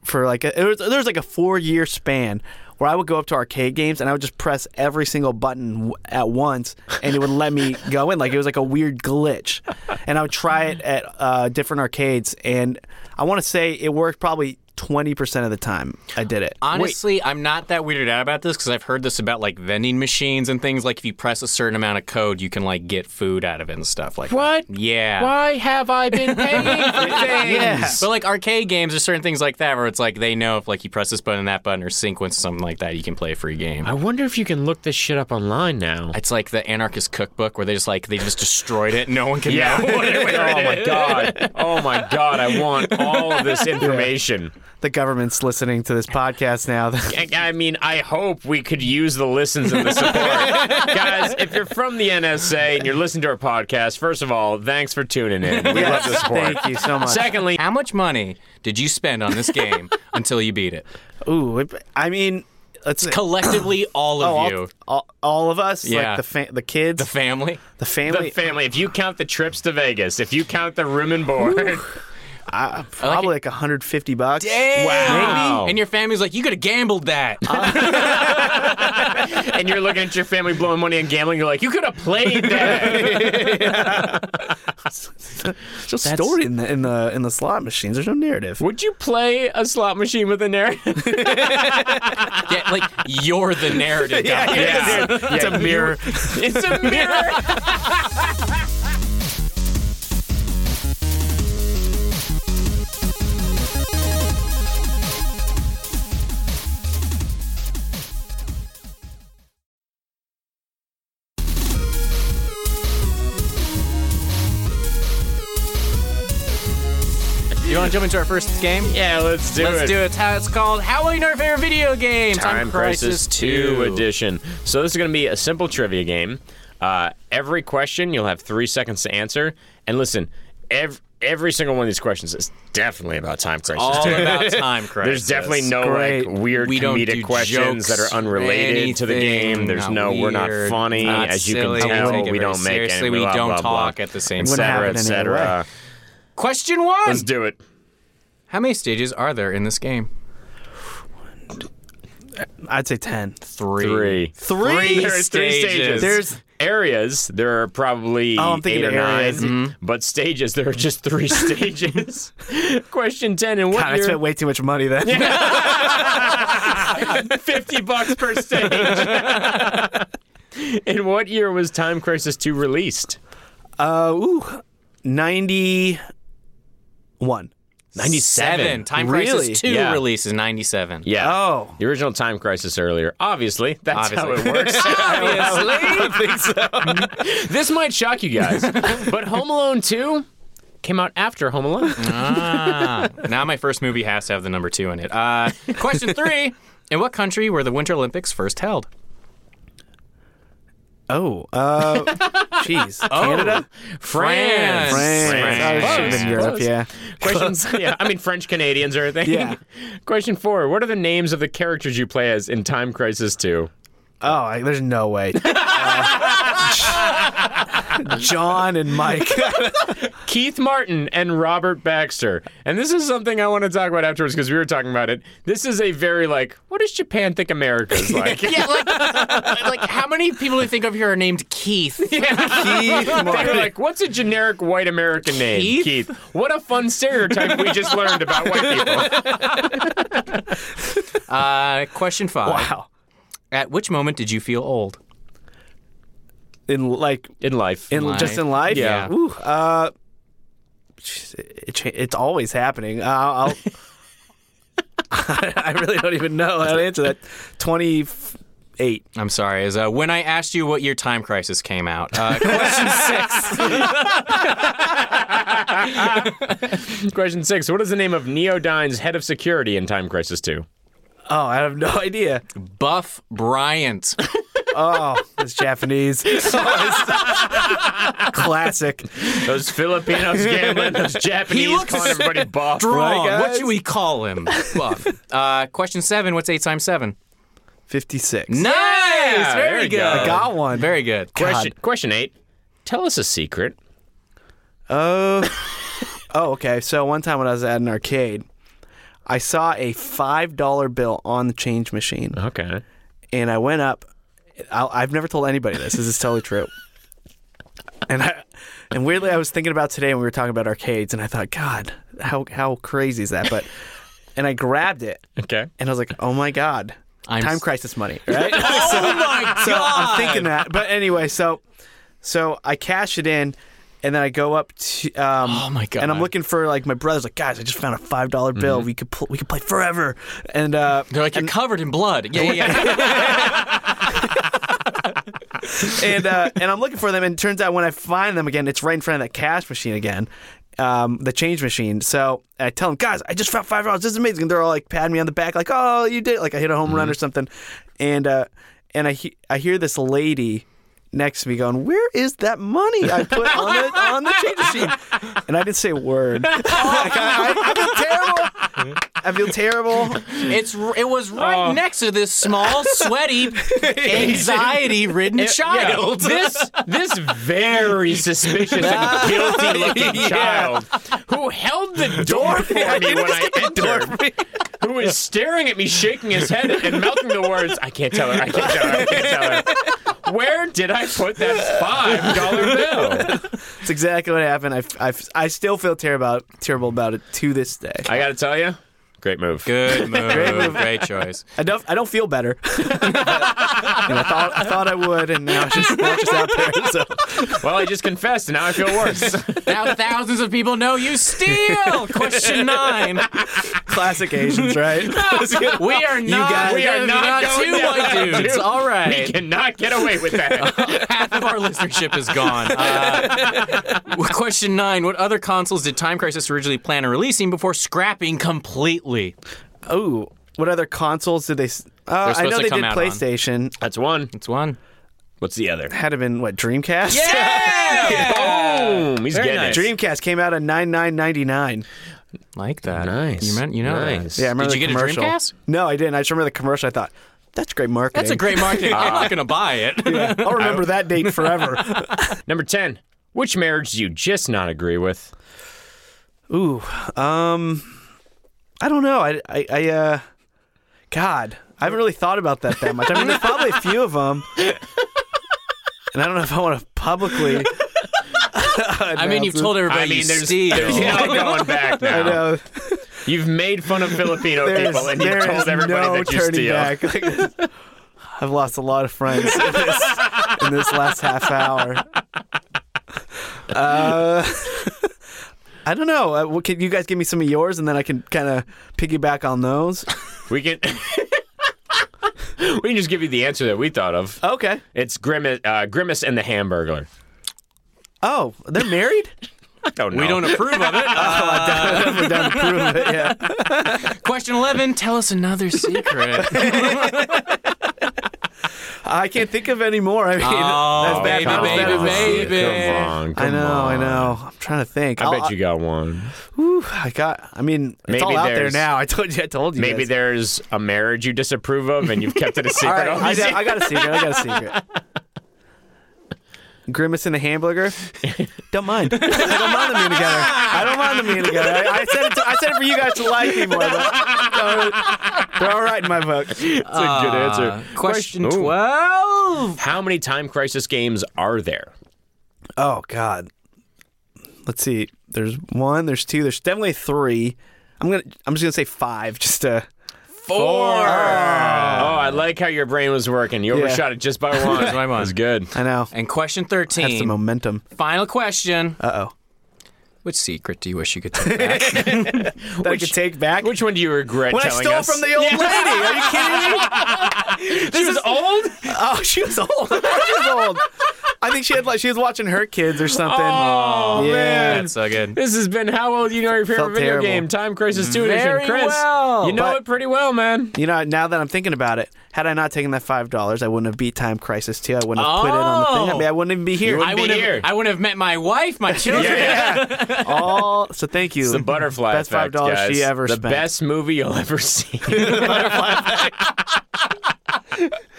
Speaker 4: for like a, it was, there was like a four year span where I would go up to arcade games and I would just press every single button w- at once, and it would let me go in. Like it was like a weird glitch, and I would try it at uh, different arcades, and I want to say it worked probably. 20% of the time I did it.
Speaker 3: Honestly, I'm not that weirded out about this because I've heard this about like vending machines and things. Like if you press a certain amount of code, you can like get food out of it and stuff like
Speaker 2: What?
Speaker 3: that. Yeah.
Speaker 2: Why have I been paying for things?
Speaker 4: Yeah.
Speaker 3: But like arcade games, there's certain things like that where it's like they know if like you press this button and that button or sequence something like that, you can play a free game.
Speaker 2: I wonder if you can look this shit up online now.
Speaker 3: It's like the anarchist cookbook where they just like they just destroyed it. No one can
Speaker 2: Yeah.
Speaker 3: know.
Speaker 2: oh my god. Oh my god. I want all of this information.
Speaker 4: The government's listening to this podcast now.
Speaker 2: I- I mean, I hope we could use the listens and the support. Guys, if you're from the NSA and you're listening to our podcast, first of all, thanks for tuning in. We love the support.
Speaker 4: Thank you so much.
Speaker 2: Secondly,
Speaker 3: How much money did you spend on this game until you beat it?
Speaker 4: Ooh, it- I mean, let's
Speaker 3: Collectively, all of
Speaker 4: Oh, all-
Speaker 3: you,
Speaker 4: All, all of us,
Speaker 3: Yeah.
Speaker 4: like the fa- the kids,
Speaker 3: the family.
Speaker 4: the
Speaker 2: the
Speaker 4: family,
Speaker 2: family, if you count the trips to Vegas, if you count the room and board,
Speaker 4: probably like 150 bucks.
Speaker 2: Wow.
Speaker 3: And your family's like, you could have gambled that. Uh,
Speaker 2: and you're looking at your family blowing money and gambling, you're like, you could have played that.
Speaker 4: It's just stored in the in the in the slot machines. There's no narrative.
Speaker 2: Would you play a slot machine with a narrative?
Speaker 3: yeah, like you're the narrative guy.
Speaker 2: Yeah. It's a mirror. It's a mirror.
Speaker 3: You want to jump into our first game?
Speaker 2: Yeah, let's do
Speaker 3: Let's
Speaker 2: it.
Speaker 3: do it. It's how it's called. How we know our favorite video games.
Speaker 2: Time Crisis 2 edition. So this is going to be a simple trivia game. Uh, every question you'll have three seconds to answer. And listen, ev- every single one of these questions is definitely about Time Crisis.
Speaker 3: All
Speaker 2: 2.
Speaker 3: about Time Crisis.
Speaker 2: There's definitely no
Speaker 4: Great.
Speaker 2: like weird
Speaker 3: We don't
Speaker 2: comedic
Speaker 3: do
Speaker 2: questions
Speaker 3: jokes,
Speaker 2: that are unrelated to the game.
Speaker 3: anything,
Speaker 2: There's
Speaker 3: not
Speaker 2: no, we're not
Speaker 3: weird,
Speaker 2: funny,
Speaker 3: not
Speaker 2: as
Speaker 3: silly,
Speaker 2: you
Speaker 3: we
Speaker 2: can tell.
Speaker 3: take it
Speaker 2: We
Speaker 3: very
Speaker 2: don't make it.
Speaker 3: seriously, we
Speaker 2: blah,
Speaker 3: don't
Speaker 2: blah, blah.
Speaker 3: talk at the same
Speaker 2: Et
Speaker 3: time.
Speaker 2: cetera, et
Speaker 4: Wouldn't happen either
Speaker 2: cetera.
Speaker 3: Question one.
Speaker 2: Let's do it.
Speaker 3: How many stages are there in this game?
Speaker 4: I'd say 10.
Speaker 3: Three.
Speaker 2: Three.
Speaker 4: Three
Speaker 2: There are three stages.
Speaker 3: stages.
Speaker 4: There's-
Speaker 2: areas. There are probably
Speaker 4: Oh, I'm
Speaker 2: eight
Speaker 4: thinking
Speaker 2: or
Speaker 4: of
Speaker 2: nine,
Speaker 4: areas.
Speaker 2: but stages. There are just three stages. Question ten. And what
Speaker 4: God, I
Speaker 2: year?
Speaker 4: spent way too much money then.
Speaker 2: Fifty bucks per stage. In what year was Time Crisis Two released?
Speaker 4: Uh, ooh, 91.
Speaker 3: Ninety-seven. Time
Speaker 4: Really?
Speaker 3: Crisis Two
Speaker 2: Yeah.
Speaker 3: release is ninety-seven.
Speaker 2: Yeah.
Speaker 4: Oh.
Speaker 2: The original Time Crisis earlier. Obviously, that's
Speaker 3: Obviously.
Speaker 2: how it works.
Speaker 3: Obviously.
Speaker 2: this might shock you guys, but Home Alone Two came out after Home Alone.
Speaker 3: Ah, now my first movie has to have the number two in it. Uh, question three. In what country were the Winter Olympics first held?
Speaker 4: Oh. Uh, jeez. Canada?
Speaker 2: France.
Speaker 4: France.
Speaker 2: France.
Speaker 4: Oh, it should have been
Speaker 2: Close.
Speaker 4: Europe, yeah.
Speaker 2: Questions. Yeah, I mean French Canadians or anything.
Speaker 4: Yeah.
Speaker 2: Question four: What are the names of the characters you play as in Time Crisis Two?
Speaker 4: Oh, I, there's no way. Uh, John and Mike.
Speaker 2: Keith Martin and Robert Baxter. And this is something I want to talk about afterwards because we were talking about it. This is a very like, what does Japan think America's like?
Speaker 3: Yeah, like, like how many people do you think of here are named Keith?
Speaker 4: Keith
Speaker 2: They were
Speaker 4: Martin.
Speaker 2: like, what's a generic white American name?
Speaker 3: Keith?
Speaker 2: What a fun stereotype we just learned about white people.
Speaker 3: Uh, question five.
Speaker 4: Wow.
Speaker 3: At which moment did you feel old?
Speaker 4: In like
Speaker 2: In life.
Speaker 4: in
Speaker 3: Life.
Speaker 4: just in life.
Speaker 3: Yeah.
Speaker 4: Ooh, uh, it, cha- it's always happening. Uh, I'll. I really don't even know how to answer that. Twenty-eight. eight.
Speaker 3: I'm sorry. Is uh, when I asked you what year Time Crisis came out. Uh, question six.
Speaker 2: Question six: What is the name of Neodyne's head of security in Time Crisis Two?
Speaker 4: Oh, I have no idea.
Speaker 3: Buff Bryant.
Speaker 4: Oh, it's Japanese. Classic.
Speaker 2: Those Filipinos gambling, those Japanese
Speaker 3: looks
Speaker 2: calling everybody buff.
Speaker 3: Wrong. what
Speaker 4: guys?
Speaker 3: should we call him? Buff. Uh, question seven. What's eight times seven?
Speaker 4: 56.
Speaker 3: Nice.
Speaker 2: there
Speaker 3: Very
Speaker 2: you
Speaker 3: good.
Speaker 2: go.
Speaker 4: I got one.
Speaker 3: Very good.
Speaker 2: Question, question eight: Tell us a secret.
Speaker 4: Oh. oh, okay. So one time when I was at an arcade, I saw a $5 bill on the change machine.
Speaker 2: Okay.
Speaker 4: and I went up. I'll, I've never told anybody this. This is totally true. And I, and weirdly, I was thinking about today when we were talking about arcades, and I thought, God, how how crazy is that? But and I grabbed it,
Speaker 2: Okay.
Speaker 4: and I was like, Oh my God,
Speaker 3: I'm
Speaker 4: time
Speaker 3: s-
Speaker 4: crisis money, right?
Speaker 3: Oh my
Speaker 4: so I'm thinking that. But anyway, so so I cash it in, and then I go up to um,
Speaker 3: Oh my God. Mm-hmm.
Speaker 4: and I'm looking for like my brother's like, guys, I just found a five dollar bill. We could pl- we could play forever, and uh,
Speaker 3: They're like, you're covered in blood. Yeah, yeah, yeah.
Speaker 4: and uh, and I'm looking for them. And it turns out when I find them again, it's right in front of that cash machine again, um, the change machine. So I tell them, guys, I just found five dollars. This is amazing. And they're all like patting me on the back, like, oh, you did, it." like I hit a home run or something. And uh, and I he- I hear this lady next to me going, where is that money I put on the on the change machine? And I didn't say a word. Like, I, I, I feel terrible. I feel terrible.
Speaker 3: it's r- it was right
Speaker 2: Oh.
Speaker 3: next to this small, sweaty, anxiety-ridden child.
Speaker 2: Yeah, this this very suspicious and guilty looking child who held the door for me when I entered, who was staring at me, shaking his head and mouthing the words, "I can't tell her, I can't tell her, I can't tell her." Where did I put that five dollar bill?
Speaker 4: It's exactly what happened. I, I, I still feel terrible about, terrible about it to this day.
Speaker 2: I gotta tell you, great move.
Speaker 3: Good move. Great choice.
Speaker 4: I don't. I don't feel better. But, you know, I thought I thought I would, and now it's just, now it's just out there. So
Speaker 2: Well, I just confessed, and now I feel worse.
Speaker 3: Now thousands of people know you steal. Question nine.
Speaker 4: classic Asians, right?
Speaker 3: We are not.
Speaker 4: guys-
Speaker 2: we are not going
Speaker 3: two
Speaker 2: down
Speaker 3: white
Speaker 2: that
Speaker 3: dudes.
Speaker 2: road.
Speaker 3: All
Speaker 2: we
Speaker 3: right.
Speaker 2: cannot get away with that.
Speaker 3: Half of our listenership is gone. Uh, question nine: What other consoles did Time Crisis originally plan on releasing before scrapping completely?
Speaker 4: Oh, what other consoles did they? s- Uh, I
Speaker 3: supposed
Speaker 4: know
Speaker 3: to
Speaker 4: they
Speaker 3: come
Speaker 4: did
Speaker 3: out on.
Speaker 4: PlayStation.
Speaker 2: That's one.
Speaker 3: It's one.
Speaker 2: What's the other?
Speaker 4: Had to been what Dreamcast?
Speaker 2: Boom! He's
Speaker 3: Very
Speaker 2: getting
Speaker 3: nice.
Speaker 2: it.
Speaker 4: Dreamcast came out in nine nine ninety nine.
Speaker 3: Like that.
Speaker 2: Nice.
Speaker 3: You meant you know
Speaker 2: Nice.
Speaker 3: that.
Speaker 4: Yeah, I remember
Speaker 3: Did
Speaker 4: the
Speaker 3: you get
Speaker 4: commercial.
Speaker 3: a Dreamcast?
Speaker 4: No, I didn't. I just remember the commercial. I thought that's great marketing.
Speaker 3: That's a great marketing. I'm not gonna buy it.
Speaker 4: I'll remember that date forever.
Speaker 2: Number 10. Which marriage do you just not agree with?
Speaker 4: Ooh, um, I don't know. I, I, I, uh, God, I haven't really thought about that that much. I mean, there's probably a few of them, and I don't know if I want to publicly.
Speaker 3: I mean, you've told everybody.
Speaker 2: I mean,
Speaker 3: you
Speaker 2: there's,
Speaker 3: steal.
Speaker 2: there's no going back now.
Speaker 4: No,
Speaker 2: You've made fun of Filipino
Speaker 4: there's,
Speaker 2: people and you've
Speaker 4: there is
Speaker 2: told everybody
Speaker 4: no
Speaker 2: that you
Speaker 4: turning
Speaker 2: steal.
Speaker 4: back. Like, I've lost a lot of friends in this, in this last half hour. Uh, I don't know. Uh, well, can you guys give me some of yours, and then I can kind of piggyback on those?
Speaker 2: We can. We can just give you the answer that we thought of.
Speaker 4: Okay.
Speaker 2: It's Grimace, uh, Grimace and the Hamburglar.
Speaker 4: Oh, they're married?
Speaker 2: I don't know.
Speaker 3: we don't approve of it. Uh,
Speaker 4: Definitely down to prove it, yeah.
Speaker 3: Question 11, tell us another secret.
Speaker 4: I can't think of any more. I mean,
Speaker 3: Oh,
Speaker 4: that's bad.
Speaker 3: baby,
Speaker 4: Not as bad
Speaker 3: baby,
Speaker 4: as the
Speaker 3: baby.
Speaker 4: secret.
Speaker 2: Come on, come
Speaker 4: I know,
Speaker 2: on.
Speaker 4: I know. I'm trying to think.
Speaker 2: I bet you got one.
Speaker 4: I got. I mean, it's
Speaker 2: Maybe
Speaker 4: all out there
Speaker 2: there's-
Speaker 4: now. I told you. I told you.
Speaker 2: Maybe
Speaker 4: guys.
Speaker 2: there's a marriage you disapprove of and you've kept it a
Speaker 4: All
Speaker 2: secret.
Speaker 4: right,
Speaker 2: all
Speaker 4: I,
Speaker 2: these
Speaker 4: got, I got a secret. I got a secret. Grimace and the hamburger. Don't mind. I don't mind them being together. I don't mind them being together. I, I said it. To, I said it for you guys to like me more. But uh, they're- they're all right in my book.
Speaker 2: That's a good answer.
Speaker 3: Question
Speaker 2: Ooh.
Speaker 3: 12.
Speaker 2: How many Time Crisis games are there?
Speaker 4: Oh God. Let's see. There's one. There's two. There's definitely three. I'm gonna. I'm just gonna say five. Just to.
Speaker 2: Oh, I like how your brain was working. You
Speaker 4: Yeah.
Speaker 2: overshot it just by one.
Speaker 3: by one.
Speaker 2: It was good.
Speaker 4: I know.
Speaker 3: And question
Speaker 4: That's the
Speaker 3: 13,
Speaker 4: momentum.
Speaker 3: final question.
Speaker 4: Uh oh.
Speaker 3: Which secret do you wish you could take back?
Speaker 4: that I could take back.
Speaker 2: Which one do you regret
Speaker 4: when I
Speaker 2: telling
Speaker 4: stole
Speaker 2: us?
Speaker 4: from the old lady. Are you kidding me?
Speaker 2: this is old?
Speaker 4: Oh, she was old. she was old. I think she had like she was watching her kids or something.
Speaker 2: Oh,
Speaker 4: yeah.
Speaker 2: man.
Speaker 3: That's so good.
Speaker 2: This has been How Old You Know Your Favorite
Speaker 4: Felt
Speaker 2: Video
Speaker 4: terrible.
Speaker 2: Game, Time Crisis 2
Speaker 3: Very
Speaker 2: Edition. Chris,
Speaker 3: well,
Speaker 2: you know
Speaker 4: but-
Speaker 2: it pretty well, man.
Speaker 4: You know, now that I'm thinking about it, had I not taken that five dollars, I wouldn't have beat Time Crisis too. I wouldn't have put it on the thing. I
Speaker 3: Oh.
Speaker 4: mean, I wouldn't even be here.
Speaker 3: I would,
Speaker 2: here.
Speaker 3: have, I would have met my wife, my children.
Speaker 4: Yeah. All so thank you.
Speaker 2: The butterfly
Speaker 4: Best
Speaker 2: effect,
Speaker 4: five dollars
Speaker 2: guys.
Speaker 4: she ever
Speaker 2: the
Speaker 4: spent.
Speaker 2: best movie you'll ever see.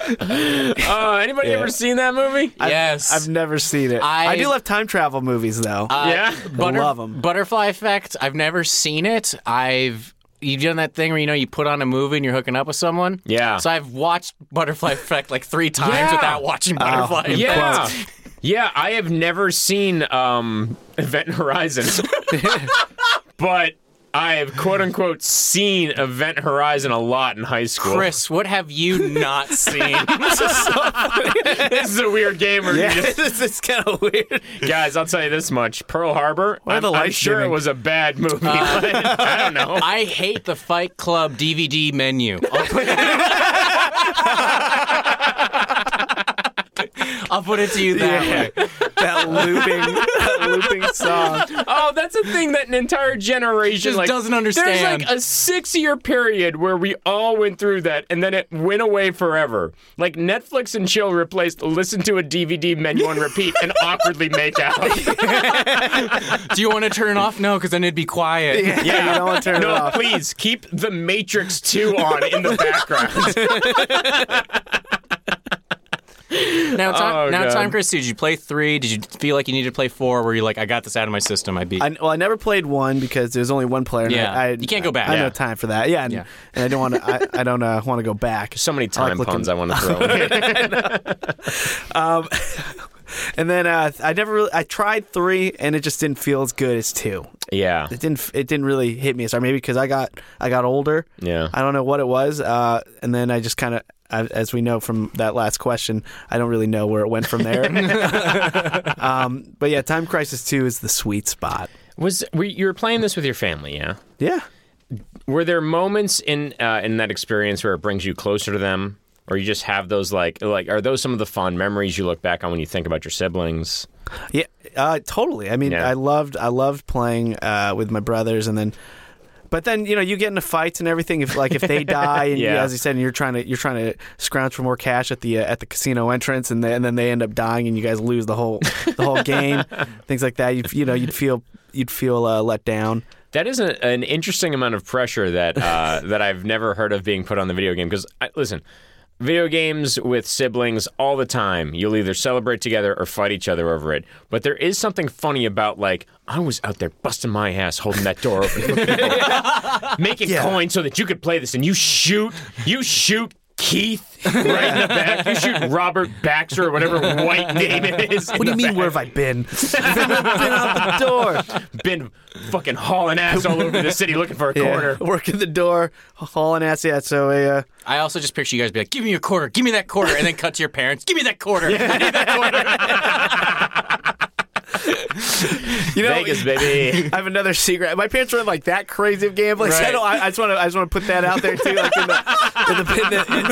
Speaker 2: uh, anybody ever seen that movie?
Speaker 3: Yes.
Speaker 4: I've never seen it. I,
Speaker 3: I-
Speaker 4: do love time travel movies though.
Speaker 2: yeah.
Speaker 4: I love 'em.
Speaker 3: Butterfly effect. I've never seen it. I've you've done that thing where you know you put on a movie and you're hooking up with someone.
Speaker 2: Yeah.
Speaker 3: So I've watched Butterfly effect like three times
Speaker 2: Yeah.
Speaker 3: without watching
Speaker 4: Oh,
Speaker 3: Butterfly. effect.
Speaker 2: Yeah. Yeah, I have never seen um, Event Horizon, but I have quote unquote seen Event Horizon a lot in high school.
Speaker 3: Chris, what have you not seen?
Speaker 2: this is a weird game where you just
Speaker 4: this is kind of weird.
Speaker 2: Guys, I'll tell you this much: Pearl Harbor.
Speaker 4: are
Speaker 2: I'm,
Speaker 4: the
Speaker 2: I'm
Speaker 4: lights
Speaker 2: sure it
Speaker 4: dimming?
Speaker 2: was a bad movie. but I don't know.
Speaker 3: I hate the Fight Club DVD menu. I'll put it, I'll put it to you that way.
Speaker 4: that looping, that looping song.
Speaker 2: Oh, that's a thing that an entire generation
Speaker 3: Just
Speaker 2: like,
Speaker 3: doesn't understand.
Speaker 2: There's like a six-year period where we all went through that, and then it went away forever. Like Netflix and chill replaced listen to a DVD menu on repeat and awkwardly make out.
Speaker 3: Do you want to turn it off? No, because then it'd be quiet.
Speaker 4: Yeah, you don't want to turn it
Speaker 2: No,
Speaker 4: off.
Speaker 2: please keep The Matrix 2 on in the background.
Speaker 3: Now, time,
Speaker 2: Oh,
Speaker 3: now,
Speaker 2: God.
Speaker 3: time, Chris. Did you play three? Did you feel like you needed to play four? Where you're like, I got this out of my system. I beat.
Speaker 4: I, well, I never played one because there's only one player. And
Speaker 3: Yeah.
Speaker 4: I, I,
Speaker 3: You can't go back.
Speaker 4: I, have
Speaker 3: Yeah.
Speaker 4: no time for that. Yeah, and, and I don't want to. I, I don't uh, want to go back.
Speaker 2: So many
Speaker 4: I like
Speaker 2: time
Speaker 4: looking-
Speaker 2: puns I want to throw. in.
Speaker 4: And then uh, I never. Really, I tried three, and it just didn't feel as good as two.
Speaker 2: yeah.
Speaker 4: It didn't. It didn't really hit me as hard. Maybe because I got I got older.
Speaker 2: Yeah.
Speaker 4: I don't know what it was. Uh, and then I just kind of, as we know from that last question, I don't really know where it went from there. um, but yeah, Time Crisis Two is the sweet spot.
Speaker 2: Was were, you were playing this with your family? Yeah.
Speaker 4: Yeah.
Speaker 2: Were there moments in uh, in that experience where it brings you closer to them, or you just have those like like are those some of the fond memories you look back on when you think about your siblings?
Speaker 4: Yeah, uh, totally. I mean,
Speaker 2: Yeah.
Speaker 4: I loved I loved playing uh, with my brothers, and then, but then you know you get into fights and everything. If like if they die, and
Speaker 2: Yeah.
Speaker 4: you, as you said, and you're trying to you're trying to scrounge for more cash at the uh, at the casino entrance, and, they, and then they end up dying, and you guys lose the whole the whole game, things like that. You you know you'd feel you'd feel uh, let down.
Speaker 2: That is an, an interesting amount of pressure that uh, that I've never heard of being put on the video game. Because listen, video games with siblings all the time. You'll either celebrate together or fight each other over it. But there is something funny about like I was out there busting my ass holding that door open, for people, making coins so that you could play this, and you shoot, you shoot. Keith, right in the back. You shoot Robert Baxter or whatever white name it is.
Speaker 4: What do you mean? Where have I been? I've been out the door.
Speaker 2: Been fucking hauling ass all over the city looking for a
Speaker 4: Yeah,
Speaker 2: quarter.
Speaker 4: working the door, hauling ass. Yeah, so uh,
Speaker 3: I also just picture you guys be like, "Give me a quarter, give me that quarter," and then cut to your parents, "Give me that quarter."
Speaker 4: you know
Speaker 2: Vegas, baby.
Speaker 4: I have another secret. My parents were like that crazy of gambling. So I,
Speaker 2: Right.
Speaker 4: don't, I, I just want to. I just want to put that out there too. Like in the, in the, in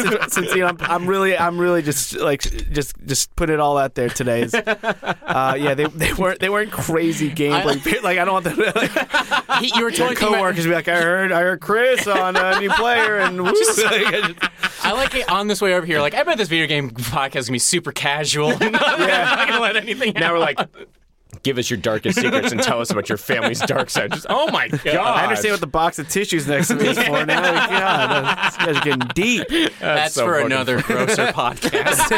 Speaker 4: the, in- since you know, I'm, I'm really, I'm really just like just just put it all out there today. Is, uh, yeah, they, they weren't they weren't crazy gambling. pe- like I don't want the like,
Speaker 3: He- you were totally
Speaker 4: coworkers to be like I heard I heard Chris on a new player and woo.
Speaker 3: I like it on this way over here. Like, I bet this video game podcast is gonna be super casual.
Speaker 4: yeah.
Speaker 2: not gonna let anything. Now we're like, give us your darkest secrets and tell us about your family's dark side. Just, oh my god!
Speaker 4: I understand what the box of tissues next to me is for now. God, these guys are getting deep.
Speaker 3: That's
Speaker 2: so
Speaker 3: for
Speaker 2: fucking
Speaker 3: another grosser podcast.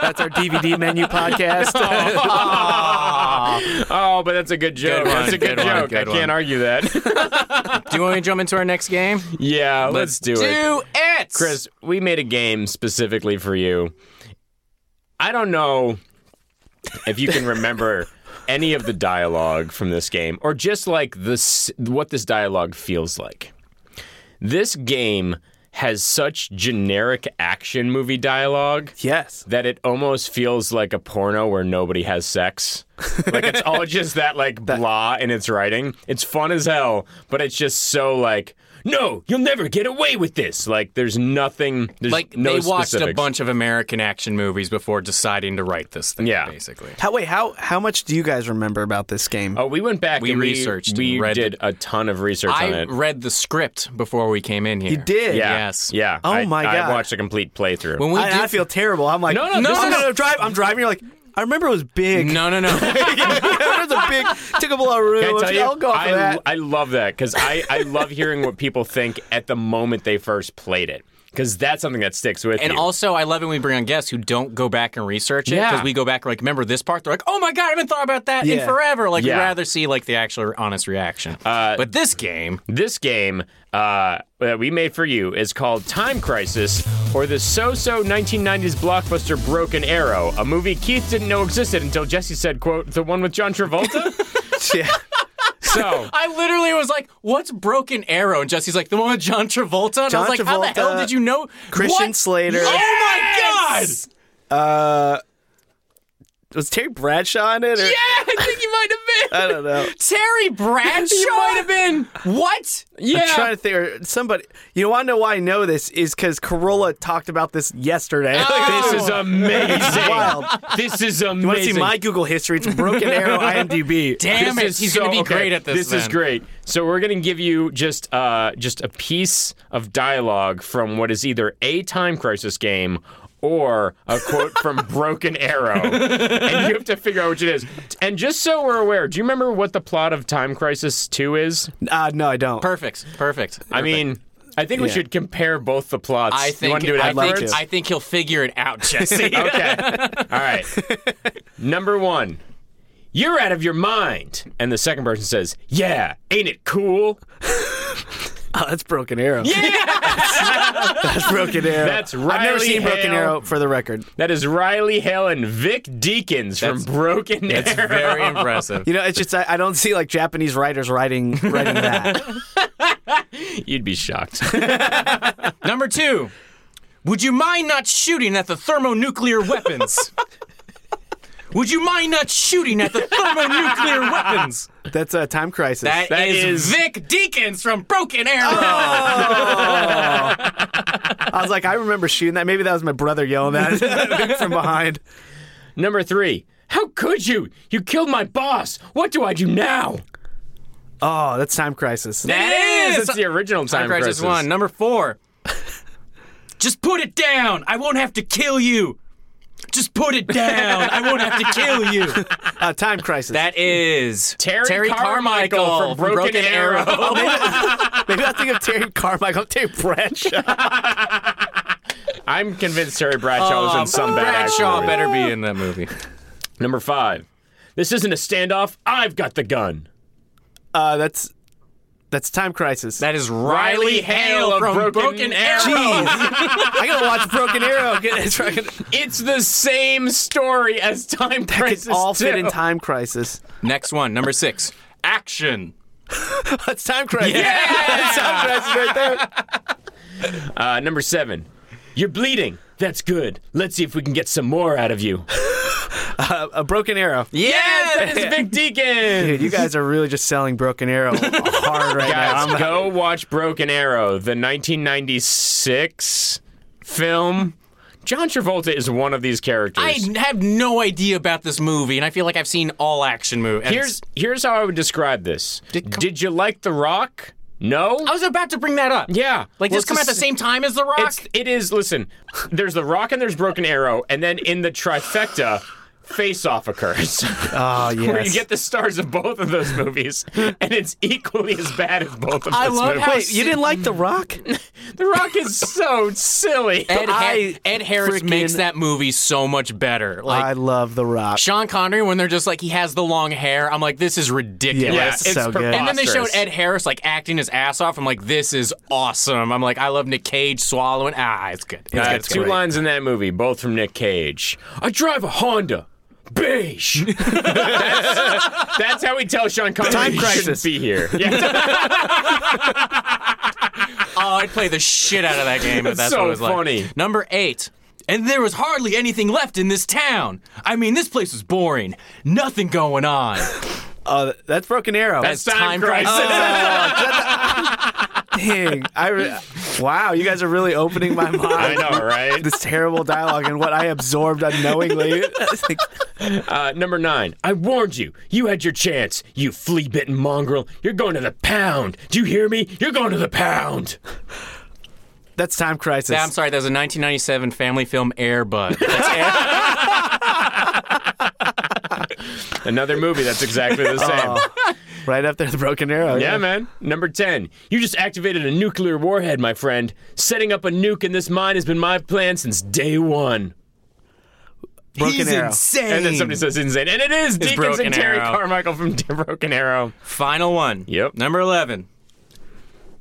Speaker 4: That's our DVD menu podcast.
Speaker 2: Oh, but that's a good joke.
Speaker 3: one,
Speaker 2: that's a good,
Speaker 3: good one,
Speaker 2: joke.
Speaker 3: good
Speaker 2: I can't
Speaker 3: one.
Speaker 2: argue that.
Speaker 3: do you want me to jump into our next game?
Speaker 2: yeah, let's, do, it.
Speaker 3: Do it,
Speaker 2: Chris, we made a game specifically for you. I don't know if you can remember any of the dialogue from this game, or just like this, what this dialogue feels like. This game has such generic action movie dialogue
Speaker 4: Yes.
Speaker 2: that it almost feels like a porno where nobody has sex. like it's all just that like blah in its writing. It's fun as hell, but it's just so like no, you'll never get away with this. Like there's nothing. There's
Speaker 3: Like
Speaker 2: no
Speaker 3: they watched a
Speaker 2: specifics.
Speaker 3: bunch of American action movies before deciding to write this thing.
Speaker 2: Yeah.
Speaker 3: basically.
Speaker 4: How wait how how much do you guys remember about this game?
Speaker 2: Oh, we went back.
Speaker 3: We
Speaker 2: and
Speaker 3: researched
Speaker 2: We,
Speaker 3: and read
Speaker 2: did a ton of research on
Speaker 3: I
Speaker 2: it.
Speaker 3: read the script before we came in here.
Speaker 4: you did.
Speaker 2: yeah.
Speaker 3: yes.
Speaker 2: Yeah.
Speaker 4: Oh
Speaker 2: I-
Speaker 4: my God.
Speaker 2: I watched a complete playthrough.
Speaker 3: When we
Speaker 4: I,
Speaker 3: did,
Speaker 4: I feel terrible. I'm like
Speaker 2: No, no,
Speaker 4: no,
Speaker 2: this
Speaker 4: no,
Speaker 2: is-
Speaker 4: no, drive. I'm driving. You're like I remember it was big.
Speaker 3: no, no, no.
Speaker 4: it was a big took up a lot of room.
Speaker 2: Can I tell you,
Speaker 4: will go off
Speaker 2: I,
Speaker 4: of that.
Speaker 2: I love that because I, I love hearing what people think at the moment they first played it because that's something that sticks with
Speaker 3: and
Speaker 2: you.
Speaker 3: also, I love it when we bring on guests who don't go back and research it
Speaker 2: Yeah.
Speaker 3: because we go back and like, remember this part? They're like, oh my god, I haven't thought about that in
Speaker 4: Yeah.
Speaker 3: forever. Like,
Speaker 2: Yeah. Uh,
Speaker 3: we'd rather see like the actual honest reaction. but this game,
Speaker 2: this game uh, that we made for you is called Time Crisis or the so-so 1990s blockbuster Broken Arrow, a movie Keith didn't know existed until Jesse said, "quote The one with John Travolta."
Speaker 4: yeah.
Speaker 2: so
Speaker 3: I literally was like, "What's Broken Arrow?" And Jesse's like, "The one with John Travolta." And I was
Speaker 4: John
Speaker 3: like, "How the
Speaker 4: Travolta,
Speaker 3: hell did you know?"
Speaker 4: Christian
Speaker 3: What?
Speaker 4: Slater.
Speaker 3: Oh my god!
Speaker 2: Yes!
Speaker 4: Was Terry Bradshaw in it? Or,
Speaker 3: Yeah, I think you might have been.
Speaker 4: I don't know.
Speaker 3: Terry Bradshaw
Speaker 2: You might have
Speaker 3: been. What?
Speaker 4: I'm
Speaker 2: yeah,
Speaker 4: trying to think. or Somebody, you want to know why I know this is because Corolla talked about this yesterday.
Speaker 2: this is Oh. amazing.
Speaker 4: wild.
Speaker 2: This is amazing.
Speaker 4: you want to see my Google history? It's Broken Arrow IMDb.
Speaker 3: Damn it!
Speaker 2: is
Speaker 3: He's
Speaker 2: so-
Speaker 3: gonna be
Speaker 2: okay,
Speaker 3: great at this.
Speaker 2: This is
Speaker 3: then.
Speaker 2: great. So we're gonna give you just uh, just a piece of dialogue from what is either a time crisis game or a quote from Broken Arrow, and you have to figure out which it is. And just so we're aware, do you remember what the plot of Time Crisis Two is?
Speaker 4: Uh, no, I don't.
Speaker 3: Perfect. Perfect.
Speaker 2: I mean. I think we
Speaker 4: Yeah.
Speaker 2: should compare both the plots.
Speaker 3: I
Speaker 2: You
Speaker 3: think
Speaker 2: wanna do it
Speaker 3: I
Speaker 2: afterwards?
Speaker 3: think, I think he'll figure it out, Jesse.
Speaker 2: okay. All right. Number one, you're out of your mind. And the second person says, Yeah, ain't it cool?
Speaker 4: Oh, that's Broken Arrow. Yeah, that's Broken Arrow.
Speaker 2: That's
Speaker 4: I've never
Speaker 2: Riley
Speaker 4: seen Broken
Speaker 2: Hale.
Speaker 4: Arrow for the record.
Speaker 2: That is Riley Hale and Vic Deacons from Broken
Speaker 3: It's
Speaker 2: Arrow.
Speaker 3: very impressive.
Speaker 4: You know, it's just I, I don't see like Japanese writers writing writing that.
Speaker 2: You'd be shocked.
Speaker 3: Number two. Would you mind not shooting at the thermonuclear weapons? Would you mind not shooting at the thermonuclear weapons?
Speaker 4: That's a time crisis.
Speaker 2: That
Speaker 3: that
Speaker 2: is-
Speaker 3: is, Oh, Vic Deacons from Broken Arrow.
Speaker 4: I was like, I remember shooting that. Maybe that was my brother yelling that from behind.
Speaker 2: Number three, how could you? You killed my boss. What do I do now?
Speaker 4: Oh, that's time crisis.
Speaker 3: That is.
Speaker 2: It's the original Time,
Speaker 3: Time Crisis One. Number four. Just put it down. I won't have to kill you. Just put it down. I won't have to kill you.
Speaker 4: Uh, time crisis.
Speaker 3: That is
Speaker 2: Terry Carmichael from Broken Arrow.
Speaker 4: Maybe I think of Terry Carmichael, Terry Bradshaw.
Speaker 2: I'm convinced Terry Bradshaw was in some bad action
Speaker 3: Bradshaw
Speaker 2: movie.
Speaker 3: better be in that movie.
Speaker 2: Number five, this isn't a standoff. I've got the gun.
Speaker 4: Uh, that's that's time crisis.
Speaker 3: That is Riley Hale from Broken, Arrow.
Speaker 4: Jeez, I gotta watch Broken Arrow. Get it's fucking-
Speaker 2: It's the same story as Time Crisis.
Speaker 4: it's all fit
Speaker 2: two.
Speaker 4: in time crisis.
Speaker 3: Next one, number six. Action.
Speaker 4: That's time crisis. that's time crisis right there.
Speaker 2: Uh, number seven, you're bleeding. That's good. Let's see if we can get some more out of you.
Speaker 4: A Uh, Broken Arrow.
Speaker 2: Yes, that is Vic Deacon.
Speaker 4: Dude, you guys are really just selling Broken Arrow hard right now.
Speaker 2: Guys,
Speaker 4: I'm-
Speaker 2: go watch Broken Arrow, the 1996 film. John Travolta is one of these characters.
Speaker 3: I have no idea about this movie, and I feel like I've seen all action movies.
Speaker 2: here's here's how I would describe this. Did, you like The Rock? No.
Speaker 3: I was about to bring that up.
Speaker 2: yeah.
Speaker 3: Like,
Speaker 2: Well,
Speaker 3: just come
Speaker 2: it's
Speaker 3: out at
Speaker 2: s-
Speaker 3: the same time as The Rock?
Speaker 2: It's it is. Listen, there's The Rock and there's Broken Arrow, and then in the trifecta, Face Off occurs.
Speaker 4: oh
Speaker 2: where you
Speaker 4: yes.
Speaker 2: get the stars of both of those movies, and it's equally as bad as both of
Speaker 3: I
Speaker 2: those
Speaker 3: love
Speaker 2: movies.
Speaker 3: how-
Speaker 4: Wait, you didn't like The Rock?
Speaker 2: The Rock is so silly.
Speaker 3: Ed,
Speaker 4: I
Speaker 3: Ed Harris
Speaker 4: freaking-
Speaker 3: makes that movie so much better. Like,
Speaker 4: I love The Rock.
Speaker 3: Sean Connery, when they're just like, he has the long hair, I'm like, this is ridiculous.
Speaker 4: Yeah,
Speaker 2: Yeah,
Speaker 4: it's
Speaker 2: it's
Speaker 4: so good.
Speaker 3: And then they showed
Speaker 2: preposterous.
Speaker 3: Ed Harris like acting his ass off. I'm like, this is awesome. I'm like, I love Nick Cage swallowing. Ah, it's good. It's
Speaker 2: Uh,
Speaker 3: good. It's
Speaker 2: two
Speaker 3: good.
Speaker 2: lines in that movie, both from Nick Cage. I drive a Honda. Beige. that's, that's how we tell Sean Connery
Speaker 4: Time
Speaker 2: he
Speaker 4: crisis.
Speaker 2: shouldn't be here. Yeah,
Speaker 3: Oh, I'd play the shit out of that game if that's
Speaker 2: So
Speaker 3: what it was like.
Speaker 2: funny.
Speaker 3: Number eight. and there was hardly anything left in this town. I mean, this place was boring. Nothing going on.
Speaker 4: Uh, that's Broken Arrow.
Speaker 2: That's time, crisis.
Speaker 4: Dang. I re- wow, you guys are really opening my mind.
Speaker 2: I know, right?
Speaker 4: This terrible dialogue and what I absorbed unknowingly. It's like,
Speaker 2: Uh, number nine. I warned you. You had your chance. You flea-bitten mongrel. You're going to the pound. Do you hear me? You're going to the pound.
Speaker 4: that's Time Crisis.
Speaker 3: Yeah, I'm sorry. That was a 1997 family film, Air Bud.
Speaker 2: Another movie that's exactly the same.
Speaker 3: Oh.
Speaker 4: right up there, the Broken Arrow.
Speaker 2: Yeah, man. Number 10. You just activated a nuclear warhead, my friend. Setting up a nuke in this mine has been my plan since day one.
Speaker 4: Broken
Speaker 3: He's
Speaker 4: Arrow.
Speaker 3: insane.
Speaker 2: And then somebody says insane. And it is Deacons
Speaker 3: Broken
Speaker 2: and Terry
Speaker 3: Arrow.
Speaker 2: Carmichael from Broken Arrow.
Speaker 3: Final one.
Speaker 2: Yep.
Speaker 3: Number 11.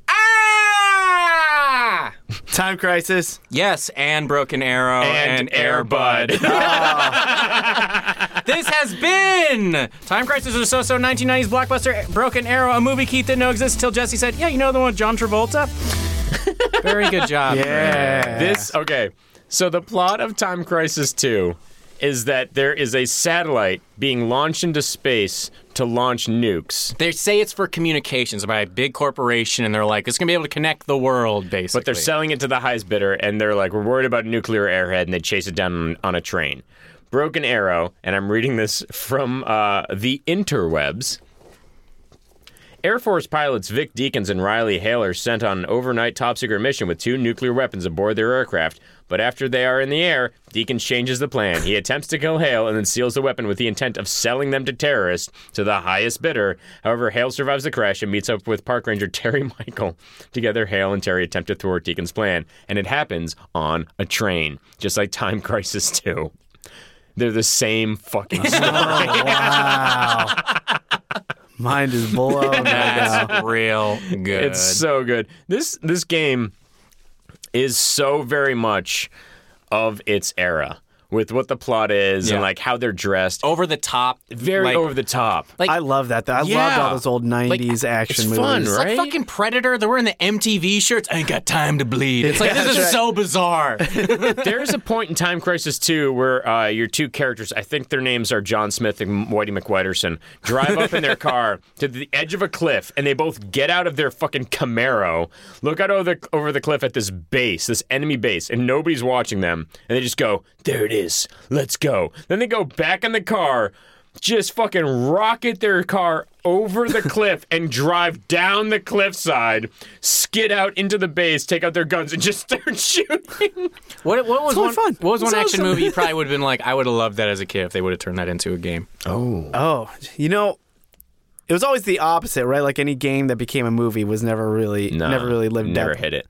Speaker 3: Ah!
Speaker 4: Time Crisis.
Speaker 3: Yes, and Broken Arrow and, Air Bud. this has been Time Crisis was so so 1990s blockbuster Broken Arrow, a movie Keith didn't know exists till Jesse said, Yeah, you know the one with John Travolta? Very good job.
Speaker 4: Yeah.
Speaker 2: This okay. So the plot of Time Crisis 2 is that there is a satellite being launched into space to launch nukes.
Speaker 3: They say it's for communications by a big corporation, and they're like, it's going to be able to connect the world, basically.
Speaker 2: But they're selling it to the highest bidder, and they're like, "We're worried about a nuclear airhead," and they chase it down on, on a train. Broken Arrow, and I'm reading this from uh, the interwebs. Air Force pilots Vic Deakins and Riley Hale are sent on an overnight top secret mission with two nuclear weapons aboard their aircraft. But after they are in the air, Deakins changes the plan. He attempts to kill Hale and then steals the weapon with the intent of selling them to terrorists to the highest bidder. However, Hale survives the crash and meets up with park ranger Terry Michael. Together, Hale and Terry attempt to thwart Deakins' plan, and it happens on a train, just like Time Crisis 2. They're the same fucking story.
Speaker 4: Oh, Mind is blown right now.
Speaker 3: That's real good.
Speaker 2: It's so good. This this game is so very much of its era with what the plot is
Speaker 3: Yeah.
Speaker 2: and like how they're dressed.
Speaker 3: over the top.
Speaker 2: very
Speaker 3: like,
Speaker 2: over the top.
Speaker 3: Like-
Speaker 4: I love that. Though. I loved
Speaker 2: Yeah.
Speaker 4: all those old 90s
Speaker 2: it's
Speaker 4: action movies.
Speaker 2: fun,
Speaker 3: It's
Speaker 2: right?
Speaker 3: like fucking Predator. They were in the MTV shirts. I ain't got time to bleed. It's like this is so bizarre.
Speaker 2: There's a point in Time Crisis 2 where uh, your two characters, I think their names are John Smith and Whitey McWhiterson, drive up in their car to the edge of a cliff and they both get out of their fucking Camaro, look out over the, over the cliff at this base, this enemy base, and nobody's watching them. And they just go, there it is, let's go. Then they go back in the car. Just fucking rocket their car over the cliff and drive down the cliffside, skid out into the base, take out their guns, and just start shooting.
Speaker 3: What, what was
Speaker 4: totally
Speaker 3: one?
Speaker 4: fun.
Speaker 3: What was
Speaker 4: It's
Speaker 3: one action
Speaker 4: awesome.
Speaker 3: movie you probably would have been like? I would have loved that as a kid if they would have turned that into a game.
Speaker 4: Oh, you know, it was always the opposite, right? Like any game that became a movie was never really, never really lived
Speaker 2: never
Speaker 4: up.
Speaker 2: hit it.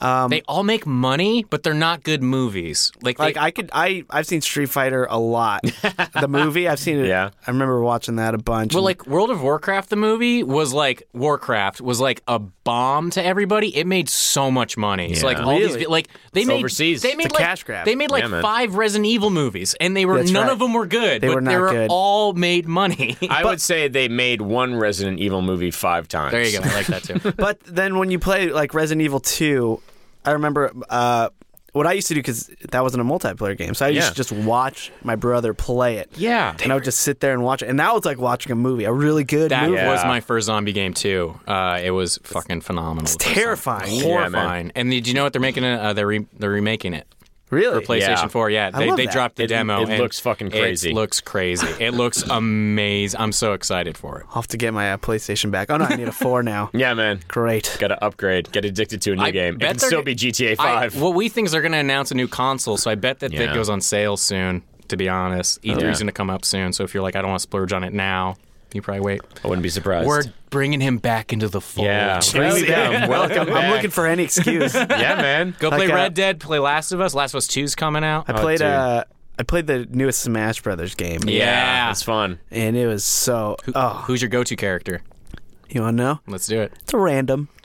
Speaker 4: Um,
Speaker 3: they all make money, but they're not good movies. Like,
Speaker 4: Like
Speaker 3: they,
Speaker 4: I could, I I've seen Street Fighter a lot. the movie I've seen it.
Speaker 2: Yeah.
Speaker 4: I remember watching that a bunch.
Speaker 3: well,
Speaker 4: and-
Speaker 3: like World of Warcraft, the movie was like Warcraft was like a bomb to everybody. It made so much money. So like all these, like they made
Speaker 2: overseas.
Speaker 3: They made
Speaker 4: a
Speaker 3: like
Speaker 4: cash grab.
Speaker 3: they made like
Speaker 2: Yeah, man.
Speaker 3: five Resident Evil movies, and they were
Speaker 4: That's
Speaker 3: none
Speaker 4: right.
Speaker 3: of them were good.
Speaker 4: They
Speaker 3: but
Speaker 4: were not
Speaker 3: they were
Speaker 4: good.
Speaker 3: all made money.
Speaker 2: I would say they made one Resident Evil movie five times.
Speaker 3: there you go. I like that too.
Speaker 4: but then when you play like Resident Evil Two, I remember uh, what I used to do because that wasn't a multiplayer game, so I used
Speaker 2: Yeah.
Speaker 4: to just watch my brother play it.
Speaker 2: Yeah.
Speaker 4: and I would just sit there and watch it, and that was like watching a movie, a really good
Speaker 3: That
Speaker 4: movie.
Speaker 2: Yeah.
Speaker 3: was my first zombie game too. Uh, it was fucking phenomenal. It's
Speaker 4: terrifying. Yeah,
Speaker 3: horrifying. and did you know what they're making? It, uh, they're re- they're remaking it
Speaker 4: Really,
Speaker 3: for PlayStation
Speaker 2: Yeah.
Speaker 3: Four. Yeah,
Speaker 4: I
Speaker 3: they,
Speaker 4: love
Speaker 3: they
Speaker 4: that.
Speaker 3: dropped the
Speaker 2: It-
Speaker 3: demo.
Speaker 2: it
Speaker 3: and
Speaker 2: looks fucking crazy.
Speaker 3: It looks crazy. It looks amazing. I'm so excited for it.
Speaker 4: I'll have to get my uh, PlayStation back. Oh no, I need a four now.
Speaker 2: Yeah, man.
Speaker 4: Great.
Speaker 2: Got to upgrade. Get addicted to a new
Speaker 3: I
Speaker 2: game. It
Speaker 3: bet
Speaker 2: can
Speaker 3: they're-
Speaker 2: still be GTA
Speaker 3: I,
Speaker 2: Five.
Speaker 3: what we think is they're going to announce a new console, so I bet that that
Speaker 2: Yeah.
Speaker 3: goes on sale soon. To be honest, E3 is
Speaker 2: Yeah.
Speaker 3: going to come up soon. So if you're like, I don't want to splurge on it now, you probably wait.
Speaker 2: I wouldn't be surprised.
Speaker 3: We're bringing him back into the fold.
Speaker 2: yeah.
Speaker 4: Bring
Speaker 2: Bring
Speaker 4: me
Speaker 2: me
Speaker 4: down.
Speaker 2: down. Welcome.
Speaker 4: I'm
Speaker 2: back.
Speaker 4: looking for any excuse. I
Speaker 2: Yeah, man.
Speaker 3: Go play
Speaker 4: Like, uh,
Speaker 3: Red Dead. Play Last of Us. Last of Us 2's coming out.
Speaker 4: played
Speaker 2: dude.
Speaker 4: uh, I played the newest Smash Brothers game,
Speaker 3: Yeah.
Speaker 2: It's fun.
Speaker 4: and it was so. Oh,
Speaker 3: Who's your Uh, go-to character?
Speaker 4: you wanna know?
Speaker 3: Let's do it.
Speaker 4: It's random.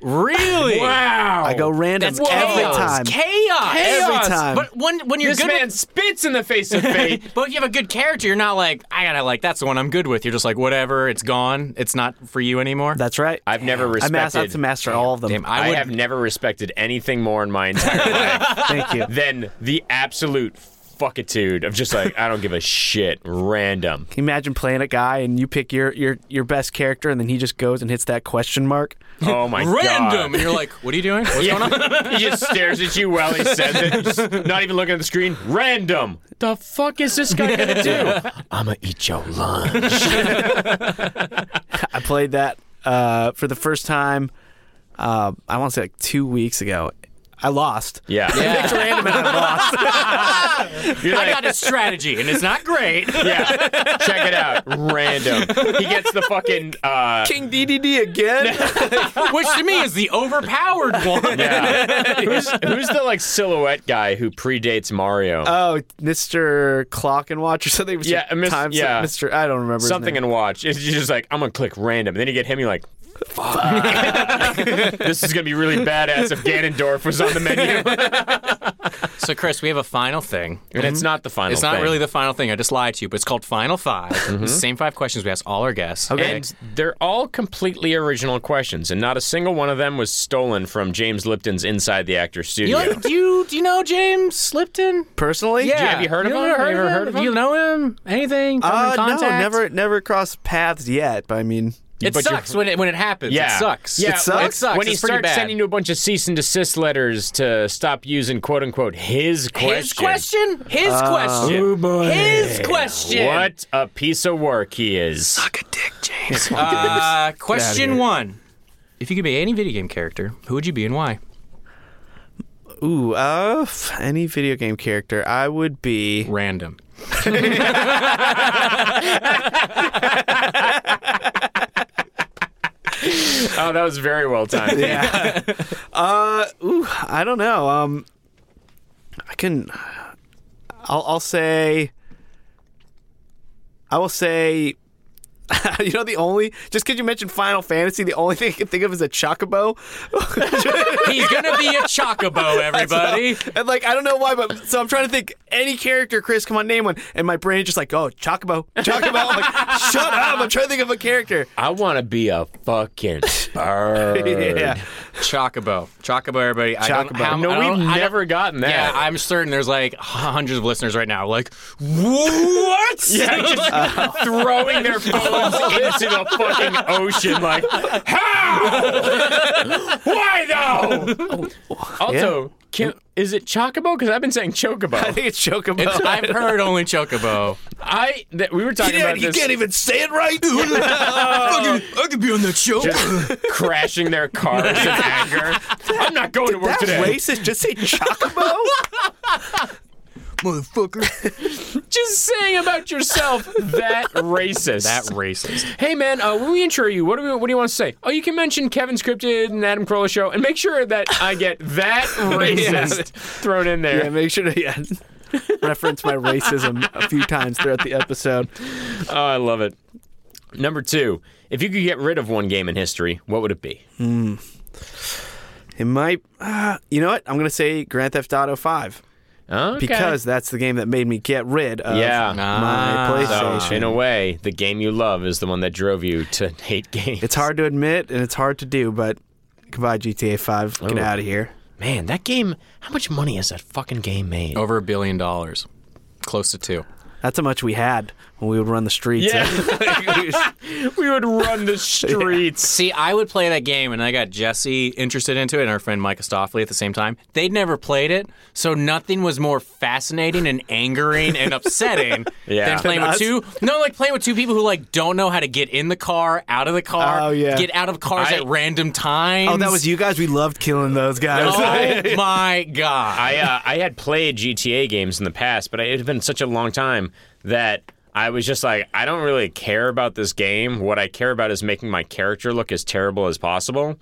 Speaker 3: Really?
Speaker 2: Wow.
Speaker 4: I go random
Speaker 3: That's
Speaker 4: every
Speaker 3: chaos.
Speaker 4: time.
Speaker 3: Chaos.
Speaker 4: Every time.
Speaker 3: But when when you're
Speaker 2: This
Speaker 3: good
Speaker 2: man
Speaker 3: with,
Speaker 2: spits in the face of fate.
Speaker 3: but if you have a good character, you're not like I gotta like that's the one I'm good with. You're just like whatever. It's gone. It's not for you anymore.
Speaker 4: That's right.
Speaker 2: I've never
Speaker 4: I mas- I
Speaker 2: respected.
Speaker 4: have to master all of them.
Speaker 3: Damn, I
Speaker 2: I,
Speaker 3: would
Speaker 2: have never respected anything more in my entire life
Speaker 4: Thank you.
Speaker 2: than the absolute fuckitude of just like I don't give a shit. Random.
Speaker 4: Can you imagine playing a guy and you pick your, your, your best character and then he just goes and hits that question mark?
Speaker 2: Oh my god.
Speaker 3: random. And you're like, what are you doing? What's going on?
Speaker 2: he just stares at you while he says it, just not even looking at the screen. Random. The fuck is this guy gonna do? I'ma eat your lunch.
Speaker 4: I played that uh, for the first time, uh, I want to say like two weeks ago. I lost.
Speaker 2: Yeah.
Speaker 3: Yeah.
Speaker 4: Random and I lost.
Speaker 2: You're
Speaker 3: I
Speaker 2: like,
Speaker 3: got a strategy, and it's not great.
Speaker 2: yeah. Check it out. Random. He gets the fucking uh
Speaker 4: King DDD again?
Speaker 3: Which to me is the overpowered one.
Speaker 2: yeah. Who's who's the like silhouette guy who predates Mario?
Speaker 4: Oh, Mr. Clock and Watch or something. Mr.
Speaker 2: Yeah, Miss-
Speaker 4: Time-
Speaker 2: yeah.
Speaker 4: Mr. I don't remember. his
Speaker 2: Something
Speaker 4: name.
Speaker 2: and watch. It's you're just like I'm gonna click random. And then you get him. You're like, fuck. this is gonna be really badass if Ganondorf was on the menu.
Speaker 3: So, Chris, we have a final thing.
Speaker 2: And it's not the Mm-hmm. final.
Speaker 3: It's not
Speaker 2: thing.
Speaker 3: really the final thing. I just lied to you, but it's called Final 5 It's the same five questions we ask all our guests.
Speaker 2: And they're all completely original questions, and not a single one of them was stolen from James Lipton's Inside the Actor
Speaker 3: You
Speaker 2: Studio.
Speaker 3: know, do you do you know James Lipton?
Speaker 4: Personally?
Speaker 2: have you heard of
Speaker 3: You
Speaker 2: him?
Speaker 3: ever
Speaker 2: You ever
Speaker 3: Heard
Speaker 2: heard
Speaker 3: of
Speaker 2: of
Speaker 3: him? Do you
Speaker 2: him?
Speaker 3: know him? Anything? Come in
Speaker 4: Uh, no,
Speaker 3: contact?
Speaker 4: never, never crossed paths yet. But I mean,
Speaker 3: It
Speaker 2: But you're-
Speaker 3: sucks when it when it happens.
Speaker 2: Yeah.
Speaker 3: It sucks.
Speaker 2: Yeah.
Speaker 4: It sucks?
Speaker 3: It sucks.
Speaker 2: When he
Speaker 3: it's pretty
Speaker 2: starts
Speaker 3: bad.
Speaker 2: sending you a bunch of cease and desist letters to stop using "quote unquote" his question,
Speaker 3: his question, his
Speaker 4: Uh,
Speaker 3: question, his question.
Speaker 2: what a piece of work he is!
Speaker 3: Uh, question one: If you could be any video game character, who would you be and why?
Speaker 4: ooh, uh, f- any video game character, I would be.
Speaker 3: Random.
Speaker 2: Oh, that was very well timed.
Speaker 4: Yeah. uh, ooh, I don't know. Um, I can. I'll, I'll say. I will say. You know the only just because you mentioned Final Fantasy, the only thing I can think of is a chocobo.
Speaker 3: He's gonna be a chocobo, everybody.
Speaker 4: And like I don't know why, but so I'm trying to think any character. Chris, come on, name one. And my brain just like, oh, Chocobo, Chocobo. I'm like, shut up! I'm trying to think of a character.
Speaker 2: I want to be a fucking bird.
Speaker 4: Yeah,
Speaker 3: Chocobo, chocobo, everybody. I don't,
Speaker 4: Chocobo.
Speaker 3: how- I
Speaker 2: No,
Speaker 3: don't-
Speaker 2: we've
Speaker 3: I don't-
Speaker 2: never gotten that.
Speaker 3: Yeah, I'm certain there's like hundreds of listeners right now. Like, what?
Speaker 2: Yeah, just throwing their phones into the fucking ocean, like, how? Why though? Also, can, is it Chocobo? Because I've been saying
Speaker 4: I
Speaker 2: Chocobo.
Speaker 4: think it's Chocobo.
Speaker 3: It's- I've heard only chocobo.
Speaker 2: I that we were talking
Speaker 4: Yeah,
Speaker 2: about
Speaker 4: you
Speaker 2: this
Speaker 4: can't even say it right.
Speaker 3: I, could, be on that show.
Speaker 2: just crashing their cars in anger. I'm not going to work
Speaker 4: That's
Speaker 2: today.
Speaker 4: racist. Just say Chocobo. Motherfucker.
Speaker 2: Just saying about yourself that racist.
Speaker 3: That racist.
Speaker 2: Hey man, uh, when we intro you, what do we, what do you want to say? Oh, you can mention Kevin scripted and Adam Carolla show, and make sure that I get that racist thrown in there.
Speaker 4: Yeah, make sure to yeah, reference my racism a few times throughout the episode.
Speaker 2: Oh, I love it. Number two, if you could get rid of one game in history, what would it be?
Speaker 4: It might. Uh, you know what? I'm gonna say Grand Theft Auto Five
Speaker 2: Okay.
Speaker 4: because that's the game that made me get rid of.
Speaker 2: yeah,
Speaker 4: My
Speaker 2: So,
Speaker 4: PlayStation.
Speaker 2: in a way, the game you love is the one that drove you to hate games.
Speaker 4: It's hard to admit and it's hard to do, but goodbye GTA 5. Get out of here.
Speaker 2: man. That game. How much money has that fucking game made?
Speaker 3: Over a billion dollars. Close to two.
Speaker 4: That's how much we had when we would run the streets.
Speaker 2: Yeah. we would run the streets.
Speaker 3: See, I would play that game, and I got Jesse interested into it, and our friend Micah Stoffley at the same time. They'd never played it, so nothing was more fascinating and angering and upsetting
Speaker 2: Yeah.
Speaker 3: than playing with
Speaker 4: Us?
Speaker 3: two. No, like playing with two people who like don't know how to get in the car, out of the car,
Speaker 4: Oh, yeah.
Speaker 3: get out of cars
Speaker 2: I-
Speaker 3: at random times.
Speaker 4: Oh, that was you guys. We loved killing those guys.
Speaker 3: Oh my god!
Speaker 2: I uh, I had played GTA games in the past, but it had been such a long time that I was just like, I don't really care about this game. What I care about is making my character look as terrible as possible.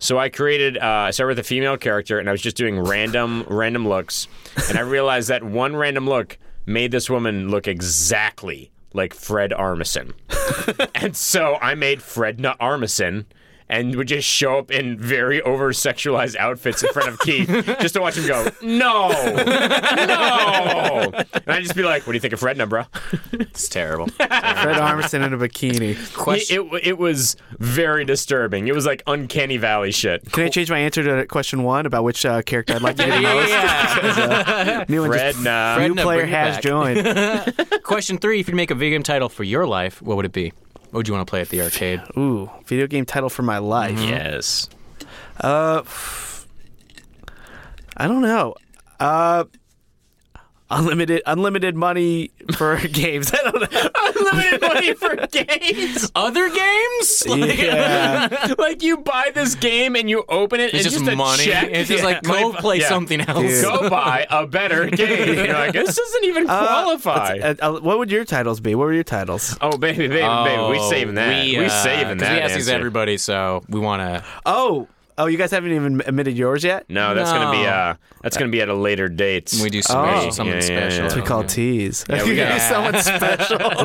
Speaker 2: So I created. Uh, I started with a female character, and I was just doing random random looks, and I realized that one random look made this woman look exactly like Fred Armisen, and so I made Fredna Armisen. and would just show up in very over sexualized outfits in front of Keith just to watch him go, no, no. And I'd just be like, what do you think of Fred bro?
Speaker 3: It's terrible.
Speaker 4: Fred Armisen in a bikini.
Speaker 2: It, it, it was very disturbing. It was like uncanny valley shit.
Speaker 4: Can I change my answer to question one about which uh, character I'd like to be the most? uh, New one
Speaker 2: Fred
Speaker 4: just-
Speaker 2: Nub.
Speaker 4: New
Speaker 3: Fredna,
Speaker 4: player
Speaker 3: bring it
Speaker 4: has
Speaker 3: back.
Speaker 4: joined.
Speaker 3: Question three: If you'd make a video game title for your life, what would it be? What would you want to play at the arcade?
Speaker 4: Ooh, video game title for my life.
Speaker 2: Yes.
Speaker 4: I don't know. Uh, unlimited, unlimited money for games. I don't know.
Speaker 2: Unlimited money for games.
Speaker 3: Other games?
Speaker 4: Yeah.
Speaker 2: like you buy this game and you open it,
Speaker 3: It's, just,
Speaker 2: a
Speaker 3: money.
Speaker 2: check.
Speaker 3: It's just like
Speaker 2: Yeah.
Speaker 3: go
Speaker 2: Like,
Speaker 3: play
Speaker 2: yeah.
Speaker 3: something else.
Speaker 4: Dude.
Speaker 2: Go buy a better game. You're like, this doesn't even qualify.
Speaker 4: Uh, uh, what would your titles be? What were your titles?
Speaker 2: oh, baby, baby, baby, we
Speaker 3: Oh,
Speaker 2: saving that. We,
Speaker 3: uh,
Speaker 2: saving
Speaker 3: 'cause
Speaker 2: that.
Speaker 3: We ask these
Speaker 2: answer.
Speaker 3: everybody, so we want to.
Speaker 4: Oh, oh, you guys haven't even admitted yours yet.
Speaker 2: No, that's gonna be
Speaker 3: No.
Speaker 2: uh, that's gonna be at a later date.
Speaker 3: We do some,
Speaker 4: Oh.
Speaker 3: something
Speaker 2: Yeah, yeah, yeah.
Speaker 3: special.
Speaker 2: That's
Speaker 4: We call tease.
Speaker 2: we got-
Speaker 4: do someone special.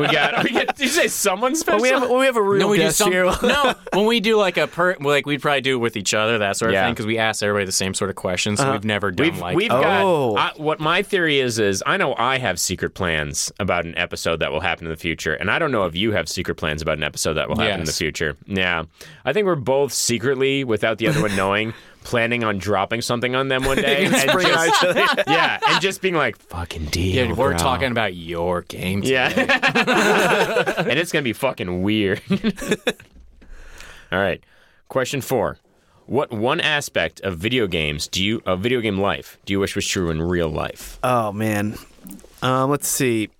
Speaker 2: We got. We get. Did you say someone special?
Speaker 4: when we have when we have a real
Speaker 3: No, we do
Speaker 4: guest
Speaker 3: some,
Speaker 4: here.
Speaker 3: no, when we do like a per, well, like we'd probably do it with each other, that sort of
Speaker 2: Yeah. Uh-huh.
Speaker 3: thing, because we ask everybody the same sort of questions. So we've never done
Speaker 2: We've,
Speaker 3: like
Speaker 2: we've
Speaker 4: Oh.
Speaker 2: got I, what my theory is is I know I have secret plans about an episode that will happen in the future, and I don't know if you have secret plans about an episode that will happen in the
Speaker 3: Yes.
Speaker 2: future. Yeah, I think we're both secretly, without the other one knowing, planning on dropping something on them one day. and
Speaker 4: Bring it out
Speaker 2: just,
Speaker 4: each other.
Speaker 2: yeah, and just being like, "Fucking deal."
Speaker 3: Yeah,
Speaker 4: Oh,
Speaker 3: we're
Speaker 2: bro."
Speaker 3: talking about your games.
Speaker 2: Yeah, and it's gonna be fucking weird. All right, question four. What one aspect of video games do you of video game life do you wish was true in real life?
Speaker 4: Oh man, um, let's see.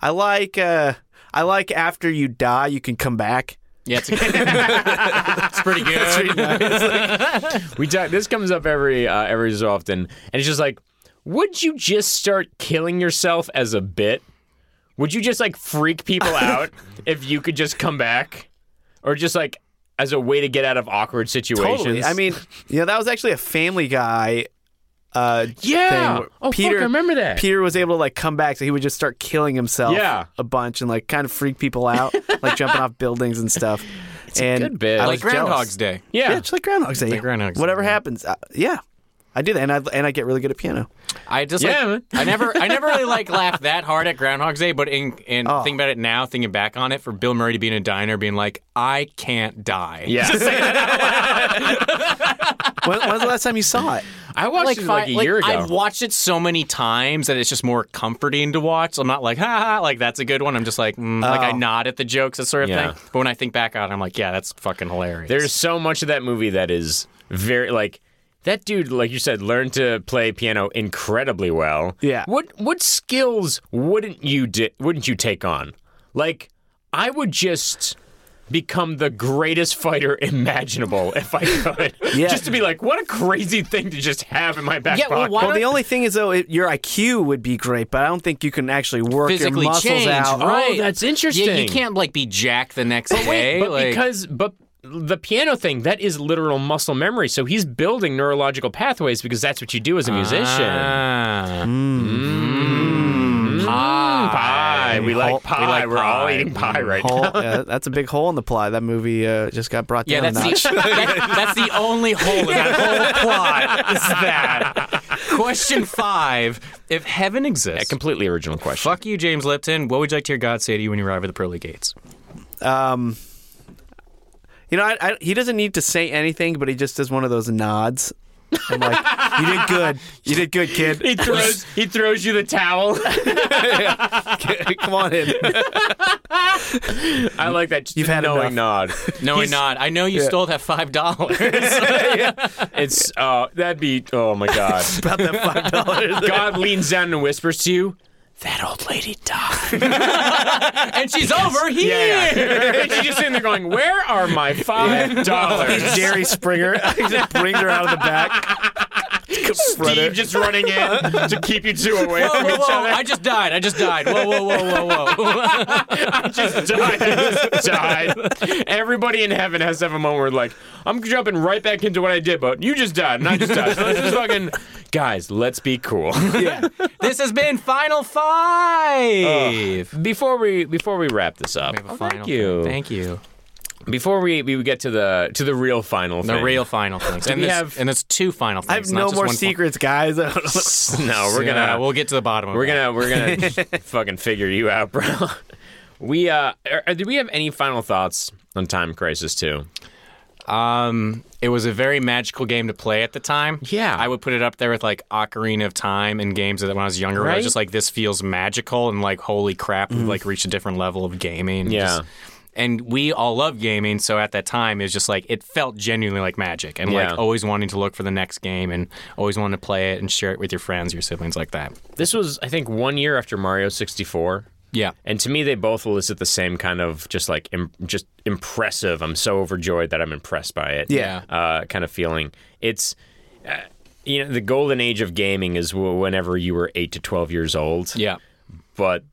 Speaker 4: I like uh, I like after you die, you can come back.
Speaker 3: yeah, it's, it's pretty good.
Speaker 2: We talk, this comes up every uh, every so often, and it's just like, would you just start killing yourself as a bit? Would you just like freak people out if you could just come back, or just like as a way to get out of awkward situations?
Speaker 4: Totally. I mean, you know, that was actually a Family Guy. Uh,
Speaker 2: yeah.
Speaker 4: thing.
Speaker 2: Oh, fuck, I remember that.
Speaker 4: Peter was able to like come back, so he would just start killing himself
Speaker 2: Yeah.
Speaker 4: a bunch and like kind of freak people out, like jumping off buildings and stuff. and
Speaker 2: good bit.
Speaker 4: I
Speaker 2: Like
Speaker 4: was
Speaker 3: like Groundhog's
Speaker 4: jealous.
Speaker 3: Day.
Speaker 2: yeah.
Speaker 4: Yeah, it's like Groundhog's Day.
Speaker 3: like Groundhog's Day,
Speaker 4: Whatever
Speaker 3: yeah.
Speaker 4: happens, uh, yeah, I do that, and I and I get really good at piano.
Speaker 3: I just
Speaker 2: Yeah, man.
Speaker 3: like, I never I never really like laughed that hard at Groundhog's Day, but in in
Speaker 4: Oh.
Speaker 3: thinking about it now, thinking back on it, for Bill Murray to be in a diner, being like, I can't die.
Speaker 2: yeah.
Speaker 4: when, when was the last time you saw it?
Speaker 2: I watched
Speaker 3: Like,
Speaker 2: it like
Speaker 3: fi-
Speaker 2: a
Speaker 3: like,
Speaker 2: year ago.
Speaker 3: I've watched it so many times that it's just more comforting to watch. I'm not like, ha, ha, like that's a good one. I'm just like, mm, like I nod at the jokes, that sort of
Speaker 2: Oh. Yeah.
Speaker 3: thing. But when I think back on it, I'm like, yeah, that's fucking hilarious.
Speaker 2: There's so much of that movie that is very like that dude, like you said, learned to play piano incredibly well.
Speaker 4: Yeah.
Speaker 2: What what skills wouldn't you di- wouldn't you take on? Like I would just become the greatest fighter imaginable if I could.
Speaker 4: Yeah.
Speaker 2: Just to be like, what a crazy thing to just have in my back
Speaker 3: Yeah, well,
Speaker 2: pocket.
Speaker 3: why
Speaker 4: Well, the only thing is though, it, your IQ would be great, but I don't think you can actually work
Speaker 3: physically
Speaker 4: your muscles
Speaker 3: change,
Speaker 4: out.
Speaker 3: right?
Speaker 2: that's
Speaker 3: Yeah,
Speaker 2: interesting.
Speaker 3: you can't like be Jack the next day.
Speaker 2: but
Speaker 3: like,
Speaker 2: because but the piano thing that is literal muscle memory so he's building neurological pathways because that's what you do as a musician
Speaker 3: Ah.
Speaker 2: Mm.
Speaker 3: Mm.
Speaker 2: Ah. pie we like pie
Speaker 3: like
Speaker 2: we're all
Speaker 3: pie.
Speaker 2: eating pie right
Speaker 4: Hole, yeah, that's a big hole in the plot. That movie uh, just got brought
Speaker 3: Yeah,
Speaker 4: down a
Speaker 3: that's
Speaker 4: notch.
Speaker 3: the, that- that's the only hole in that whole plot is that. Question five: If heaven
Speaker 2: now.
Speaker 3: exists,
Speaker 2: completely original question
Speaker 3: fuck you, James Lipton. What would you like to hear God say to you when you arrive at the pearly gates?
Speaker 4: Um, you know, I, I, he doesn't need to say anything, but he just does one of those nods. I'm like, you did good. You did good, kid.
Speaker 2: he throws he throws you the towel
Speaker 4: Come on in.
Speaker 2: i like that just
Speaker 4: You've had
Speaker 2: knowing nod
Speaker 3: No, we're not. I know you stole that five dollars.
Speaker 2: it's uh that'd be oh my god
Speaker 4: About that five dollars.
Speaker 2: god leans down and whispers to you
Speaker 3: that old lady died, and she's over here.
Speaker 2: yeah, yeah. and you're just sitting there going where are my five dollars
Speaker 4: Jerry Springer he just brings her out of the back.
Speaker 2: Steve just running in to keep you two away
Speaker 3: Whoa,
Speaker 2: from
Speaker 3: whoa,
Speaker 2: each
Speaker 3: whoa!
Speaker 2: other.
Speaker 3: I just died. I just died. Whoa, whoa, whoa, whoa, whoa!
Speaker 2: just died. I just died. Everybody in heaven has to have a moment where, like, I'm jumping right back into what I did, but you just died, and I just died. So let's just fucking, guys, let's be cool.
Speaker 3: This has been Final Five.
Speaker 2: before we before we wrap this up,
Speaker 3: We have a
Speaker 2: oh,
Speaker 3: final
Speaker 2: thank you.
Speaker 3: Thank you.
Speaker 2: Before we, we get to the to the real final
Speaker 3: The
Speaker 2: thing.
Speaker 3: real final things. and,
Speaker 2: we
Speaker 3: there's,
Speaker 2: have-
Speaker 3: and there's two final things.
Speaker 4: I have
Speaker 3: not
Speaker 4: no
Speaker 3: just
Speaker 4: more
Speaker 3: one fi-
Speaker 4: secrets, guys.
Speaker 2: No, we're
Speaker 3: Yeah,
Speaker 2: gonna
Speaker 3: we'll get to the bottom of
Speaker 2: we're
Speaker 3: that.
Speaker 2: gonna we're gonna fucking figure you out, bro. We uh, are, are- do we have any final thoughts on Time Crisis Two?
Speaker 3: Um, it was a very magical game to play at the time.
Speaker 2: Yeah.
Speaker 3: I would put it up there with like Ocarina of Time and games that when I was younger, where I
Speaker 2: Right?
Speaker 3: was just like, this feels magical and like, holy crap, we've like reached a different level of gaming.
Speaker 2: Yeah.
Speaker 3: Just- and we all love gaming, so at that time it was just like it felt genuinely like magic, and
Speaker 2: Yeah.
Speaker 3: like always wanting to look for the next game, and always wanting to play it and share it with your friends, your siblings, like that.
Speaker 2: This was, I think, one year after Mario sixty four.
Speaker 3: Yeah,
Speaker 2: And to me, they both elicit the same kind of just like Im- just impressive. I'm so overjoyed that I'm impressed by it.
Speaker 4: Yeah.
Speaker 2: uh, kind of feeling. It's uh, you know the golden age of gaming is wh- whenever you were eight to twelve years old.
Speaker 3: yeah,
Speaker 2: but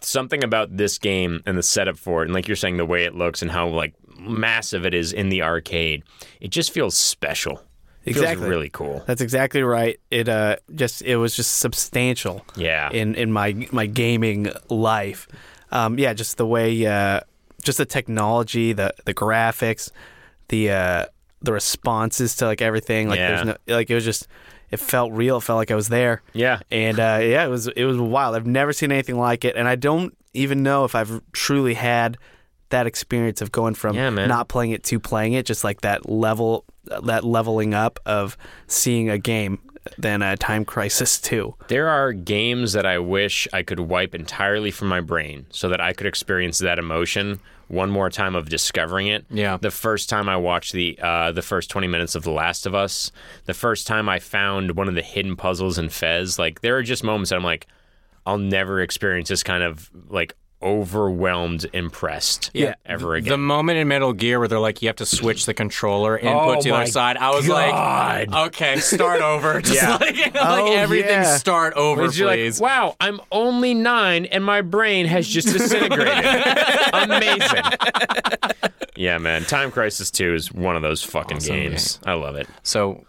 Speaker 2: something about this game and the setup for it, and like you're saying, the way it looks and how like massive it is in the arcade, it just feels special. It
Speaker 4: Exactly.
Speaker 2: feels really cool.
Speaker 4: That's exactly right. It uh just it was just substantial.
Speaker 2: Yeah.
Speaker 4: In in my my gaming life, um yeah, just the way uh just the technology, the the graphics, the uh the responses to like everything. Like
Speaker 2: Yeah.
Speaker 4: there's no like it was just it felt real. It felt like I was there.
Speaker 2: Yeah.
Speaker 4: And uh, yeah, it was it was wild. I've never seen anything like it, and I don't even know if I've truly had that experience of going from
Speaker 2: Yeah, man.
Speaker 4: not playing it to playing it. Just like that level, that leveling up of seeing a game than a Time Crisis Two.
Speaker 2: There are games that I wish I could wipe entirely from my brain so that I could experience that emotion one more time of discovering it.
Speaker 3: Yeah.
Speaker 2: The first time I watched the uh, the first twenty minutes of The Last of Us, the first time I found one of the hidden puzzles in Fez, like there are just moments that I'm like, I'll never experience this kind of like overwhelmed impressed
Speaker 3: Yeah.
Speaker 2: ever
Speaker 3: The
Speaker 2: again.
Speaker 3: moment in Metal Gear where they're like, you have to switch the controller
Speaker 2: Oh
Speaker 3: input to the
Speaker 2: my
Speaker 3: other side, I was like, okay, start over. Just
Speaker 2: Yeah.
Speaker 3: like, like
Speaker 4: Oh,
Speaker 3: everything,
Speaker 4: yeah.
Speaker 3: start over,
Speaker 2: Because you're
Speaker 3: please.
Speaker 2: like, wow, I'm only nine and my brain has just disintegrated. Amazing. yeah, man. Time Crisis 2 is one of those fucking
Speaker 3: Awesome
Speaker 2: games. I love it.
Speaker 3: so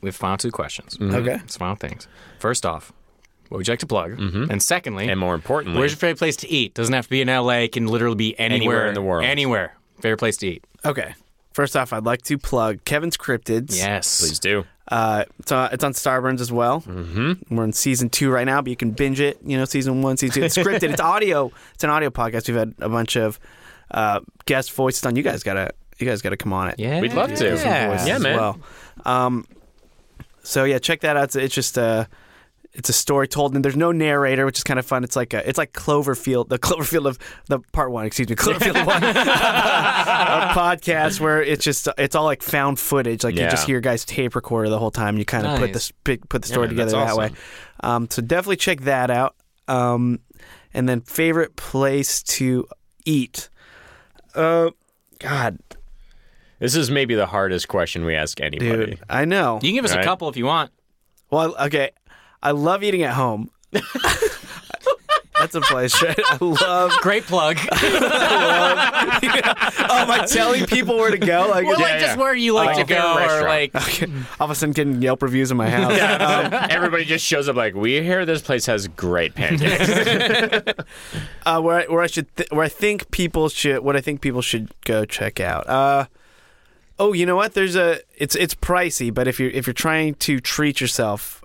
Speaker 3: we have final two questions.
Speaker 4: Okay.
Speaker 3: Mm-hmm. It's final things. First off, what would you like to plug? And secondly,
Speaker 2: Mm-hmm. And more importantly,
Speaker 3: where's your favorite place to eat? Doesn't have to be in LA. It can literally be anywhere,
Speaker 2: in the world.
Speaker 3: Anywhere. Favorite place to eat.
Speaker 4: Okay. First off, I'd like to plug Kevin's Cryptids.
Speaker 3: Yes.
Speaker 2: please do.
Speaker 4: Uh, it's, on, it's on Starburns as well. Mm-hmm. We're in season two right now, but you can binge it. You know, season one, season two. It's scripted. it's audio. It's an audio podcast. We've had a bunch of uh, guest voices on. You guys gotta, you guys gotta come on it.
Speaker 3: Yeah.
Speaker 2: We'd love to.
Speaker 3: Yeah.
Speaker 2: Yeah,
Speaker 4: as
Speaker 2: man.
Speaker 4: well. Um, so yeah, check that out. It's, it's just a, it's a story told, and there's no narrator, which is kind of fun. It's like a, it's like Cloverfield, the Cloverfield of the part one, excuse me, Cloverfield one, a podcast where it's just it's all like found footage. Like
Speaker 2: Yeah.
Speaker 4: you just hear guys tape recorder the whole time. You kind of put
Speaker 3: Nice.
Speaker 4: the s- big- put the
Speaker 2: man,
Speaker 4: story together
Speaker 2: that's
Speaker 4: that way.
Speaker 2: awesome.
Speaker 4: Um, so definitely check that out. Um, and then favorite place to eat. Uh, God,
Speaker 2: This is maybe the hardest question we ask anybody.
Speaker 4: dude, I know.
Speaker 3: You can give us
Speaker 2: Right.
Speaker 3: a couple if you want.
Speaker 4: Well, okay. I love eating at home. That's a place. Right? I love.
Speaker 3: Great plug.
Speaker 4: Oh, am I telling people where to go? Like,
Speaker 3: well,
Speaker 2: yeah.
Speaker 3: like just where you like
Speaker 2: Like
Speaker 3: to
Speaker 2: your favorite
Speaker 3: go, or
Speaker 2: restaurant. Uh,
Speaker 3: like
Speaker 4: all of a sudden getting Yelp reviews in my house.
Speaker 2: Um, Everybody just shows up like, we hear this place has great pancakes.
Speaker 4: Uh, where I, where I should th- where I think people should what I think people should go check out. Uh, oh, you know what? There's a it's it's pricey, but if you're if you're trying to treat yourself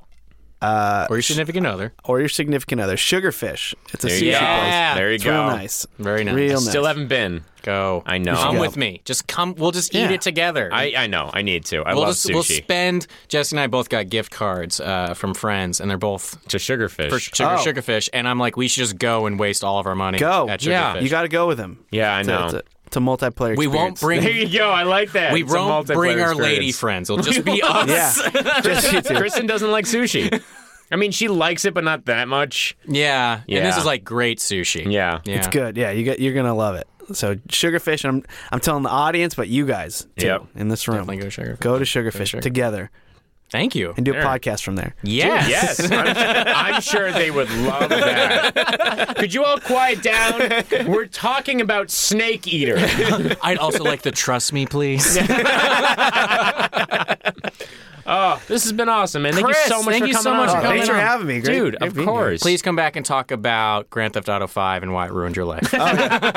Speaker 3: or your significant other.
Speaker 4: or your significant other, Sugarfish. It's a
Speaker 2: there
Speaker 4: sushi
Speaker 2: you go.
Speaker 4: place.
Speaker 3: Yeah.
Speaker 2: There you
Speaker 4: It's
Speaker 2: go.
Speaker 4: real nice.
Speaker 3: Very nice.
Speaker 4: Real nice.
Speaker 2: Still haven't been.
Speaker 3: Go.
Speaker 2: I know.
Speaker 3: Come
Speaker 2: Yeah.
Speaker 3: with me. Just come. We'll just
Speaker 4: Yeah.
Speaker 3: eat it together.
Speaker 2: I, I know. I need to. I
Speaker 3: we'll
Speaker 2: love
Speaker 3: just
Speaker 2: sushi.
Speaker 3: we'll spend. Jesse and I both got gift cards uh, from friends, and they're both
Speaker 2: to sugarfish.
Speaker 3: for sugar
Speaker 4: Oh.
Speaker 3: sugarfish. And I'm like, we should just go and waste all of our money.
Speaker 4: Go.
Speaker 3: At sugarfish.
Speaker 2: Yeah.
Speaker 4: You got to go with them.
Speaker 2: Yeah, I
Speaker 4: It's a-
Speaker 2: know.
Speaker 4: It's a, it's a multiplayer.
Speaker 3: we won't
Speaker 4: experience.
Speaker 3: bring.
Speaker 2: there you go. I like that.
Speaker 3: we
Speaker 2: It's a
Speaker 3: won't bring
Speaker 2: multiplayer
Speaker 3: our lady
Speaker 2: experience.
Speaker 3: friends. It'll just be us.
Speaker 4: Yeah. Just you two.
Speaker 2: Kristen doesn't like sushi. I mean, she likes it, but not that much.
Speaker 3: Yeah. And this
Speaker 2: Yeah.
Speaker 3: is like great sushi.
Speaker 2: Yeah.
Speaker 3: Yeah.
Speaker 4: It's good. Yeah, you get you're gonna love it. So Sugarfish, I'm I'm telling the audience, but you guys too
Speaker 2: Yep.
Speaker 4: in this room,
Speaker 3: Definitely go Sugarfish.
Speaker 4: Go to Sugarfish together
Speaker 3: Thank you.
Speaker 4: and do a podcast from there.
Speaker 3: Yes.
Speaker 2: Yes, I'm, I'm sure they would love that. Could you all quiet down? We're talking about Snake Eater.
Speaker 3: I'd also like to trust me, please.
Speaker 2: Oh, this has been awesome, man. Thank
Speaker 3: Chris,
Speaker 2: you so much
Speaker 3: thank
Speaker 2: for
Speaker 3: you
Speaker 2: coming
Speaker 3: so much
Speaker 2: on.
Speaker 3: for coming
Speaker 4: Oh, Thanks for
Speaker 3: on.
Speaker 4: having me. Great,
Speaker 2: Dude,
Speaker 4: great
Speaker 2: of
Speaker 4: being here.
Speaker 2: course.
Speaker 3: Please come back and talk about Grand Theft Auto 5 and why it ruined your life.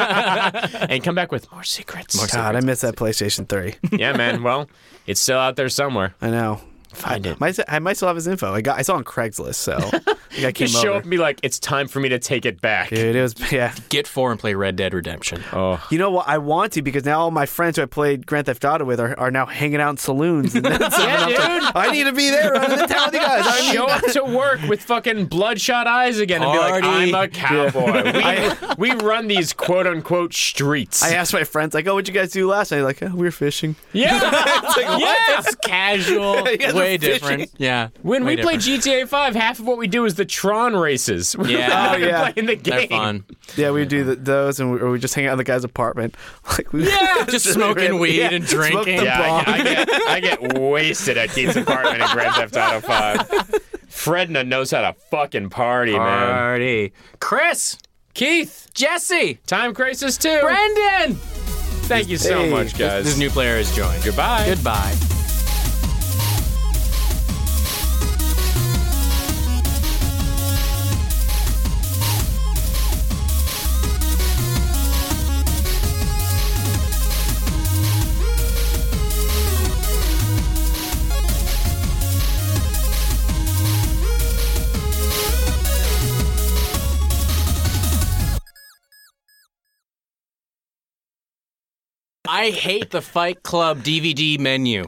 Speaker 2: and come back with more secrets.
Speaker 4: God, I miss that PlayStation 3.
Speaker 2: yeah, man. Well, it's still out there somewhere.
Speaker 4: I know.
Speaker 2: Find it.
Speaker 4: Might, I might still have his info. I got. I saw on Craigslist, so I, I came
Speaker 2: Just show
Speaker 4: over.
Speaker 2: up and be like, it's time for me to take it back.
Speaker 4: Dude, it was yeah.
Speaker 3: Get four and play Red Dead Redemption.
Speaker 4: You know what? I want to because now all my friends who I played Grand Theft Auto with are, are now hanging out in saloons. And then someone else is like, I need to be there running the town with you guys. I need-
Speaker 2: Show up to work with fucking bloodshot eyes again and
Speaker 3: Party.
Speaker 2: be like, I'm a cowboy. We, we run these quote unquote streets.
Speaker 4: I asked my friends like, "Oh, what'd you guys do last night?" They're Like, oh, we were fishing.
Speaker 2: yeah.
Speaker 4: It's like, what?
Speaker 5: It's casual.
Speaker 4: You guys
Speaker 3: Oh,
Speaker 4: were
Speaker 3: Way
Speaker 4: fishing?
Speaker 3: different. Yeah.
Speaker 2: When
Speaker 3: Way
Speaker 2: we play
Speaker 3: different.
Speaker 2: GTA 5, half of what we do is the Tron races. We're
Speaker 3: Yeah.
Speaker 2: not even
Speaker 4: Oh, yeah.
Speaker 2: playing the
Speaker 3: They're
Speaker 2: game.
Speaker 3: fun.
Speaker 4: Yeah, we do th those, and we, or we just hang out in the guy's apartment. Like, we
Speaker 3: Yeah, just smoking weed and
Speaker 4: smoke the
Speaker 3: drinking.
Speaker 2: Yeah,
Speaker 4: bomb.
Speaker 2: I, I get, I get wasted at Keith's apartment in Grand Theft Auto 5. Fredna knows how to fucking party, man.
Speaker 3: Party. Chris,
Speaker 2: Keith,
Speaker 3: Jesse,
Speaker 2: Time Crisis 2.
Speaker 3: Brendan.
Speaker 2: Thank you so
Speaker 4: Hey.
Speaker 2: much, guys.
Speaker 3: This new player has joined.
Speaker 2: Goodbye.
Speaker 3: Goodbye. I hate the Fight Club DVD menu.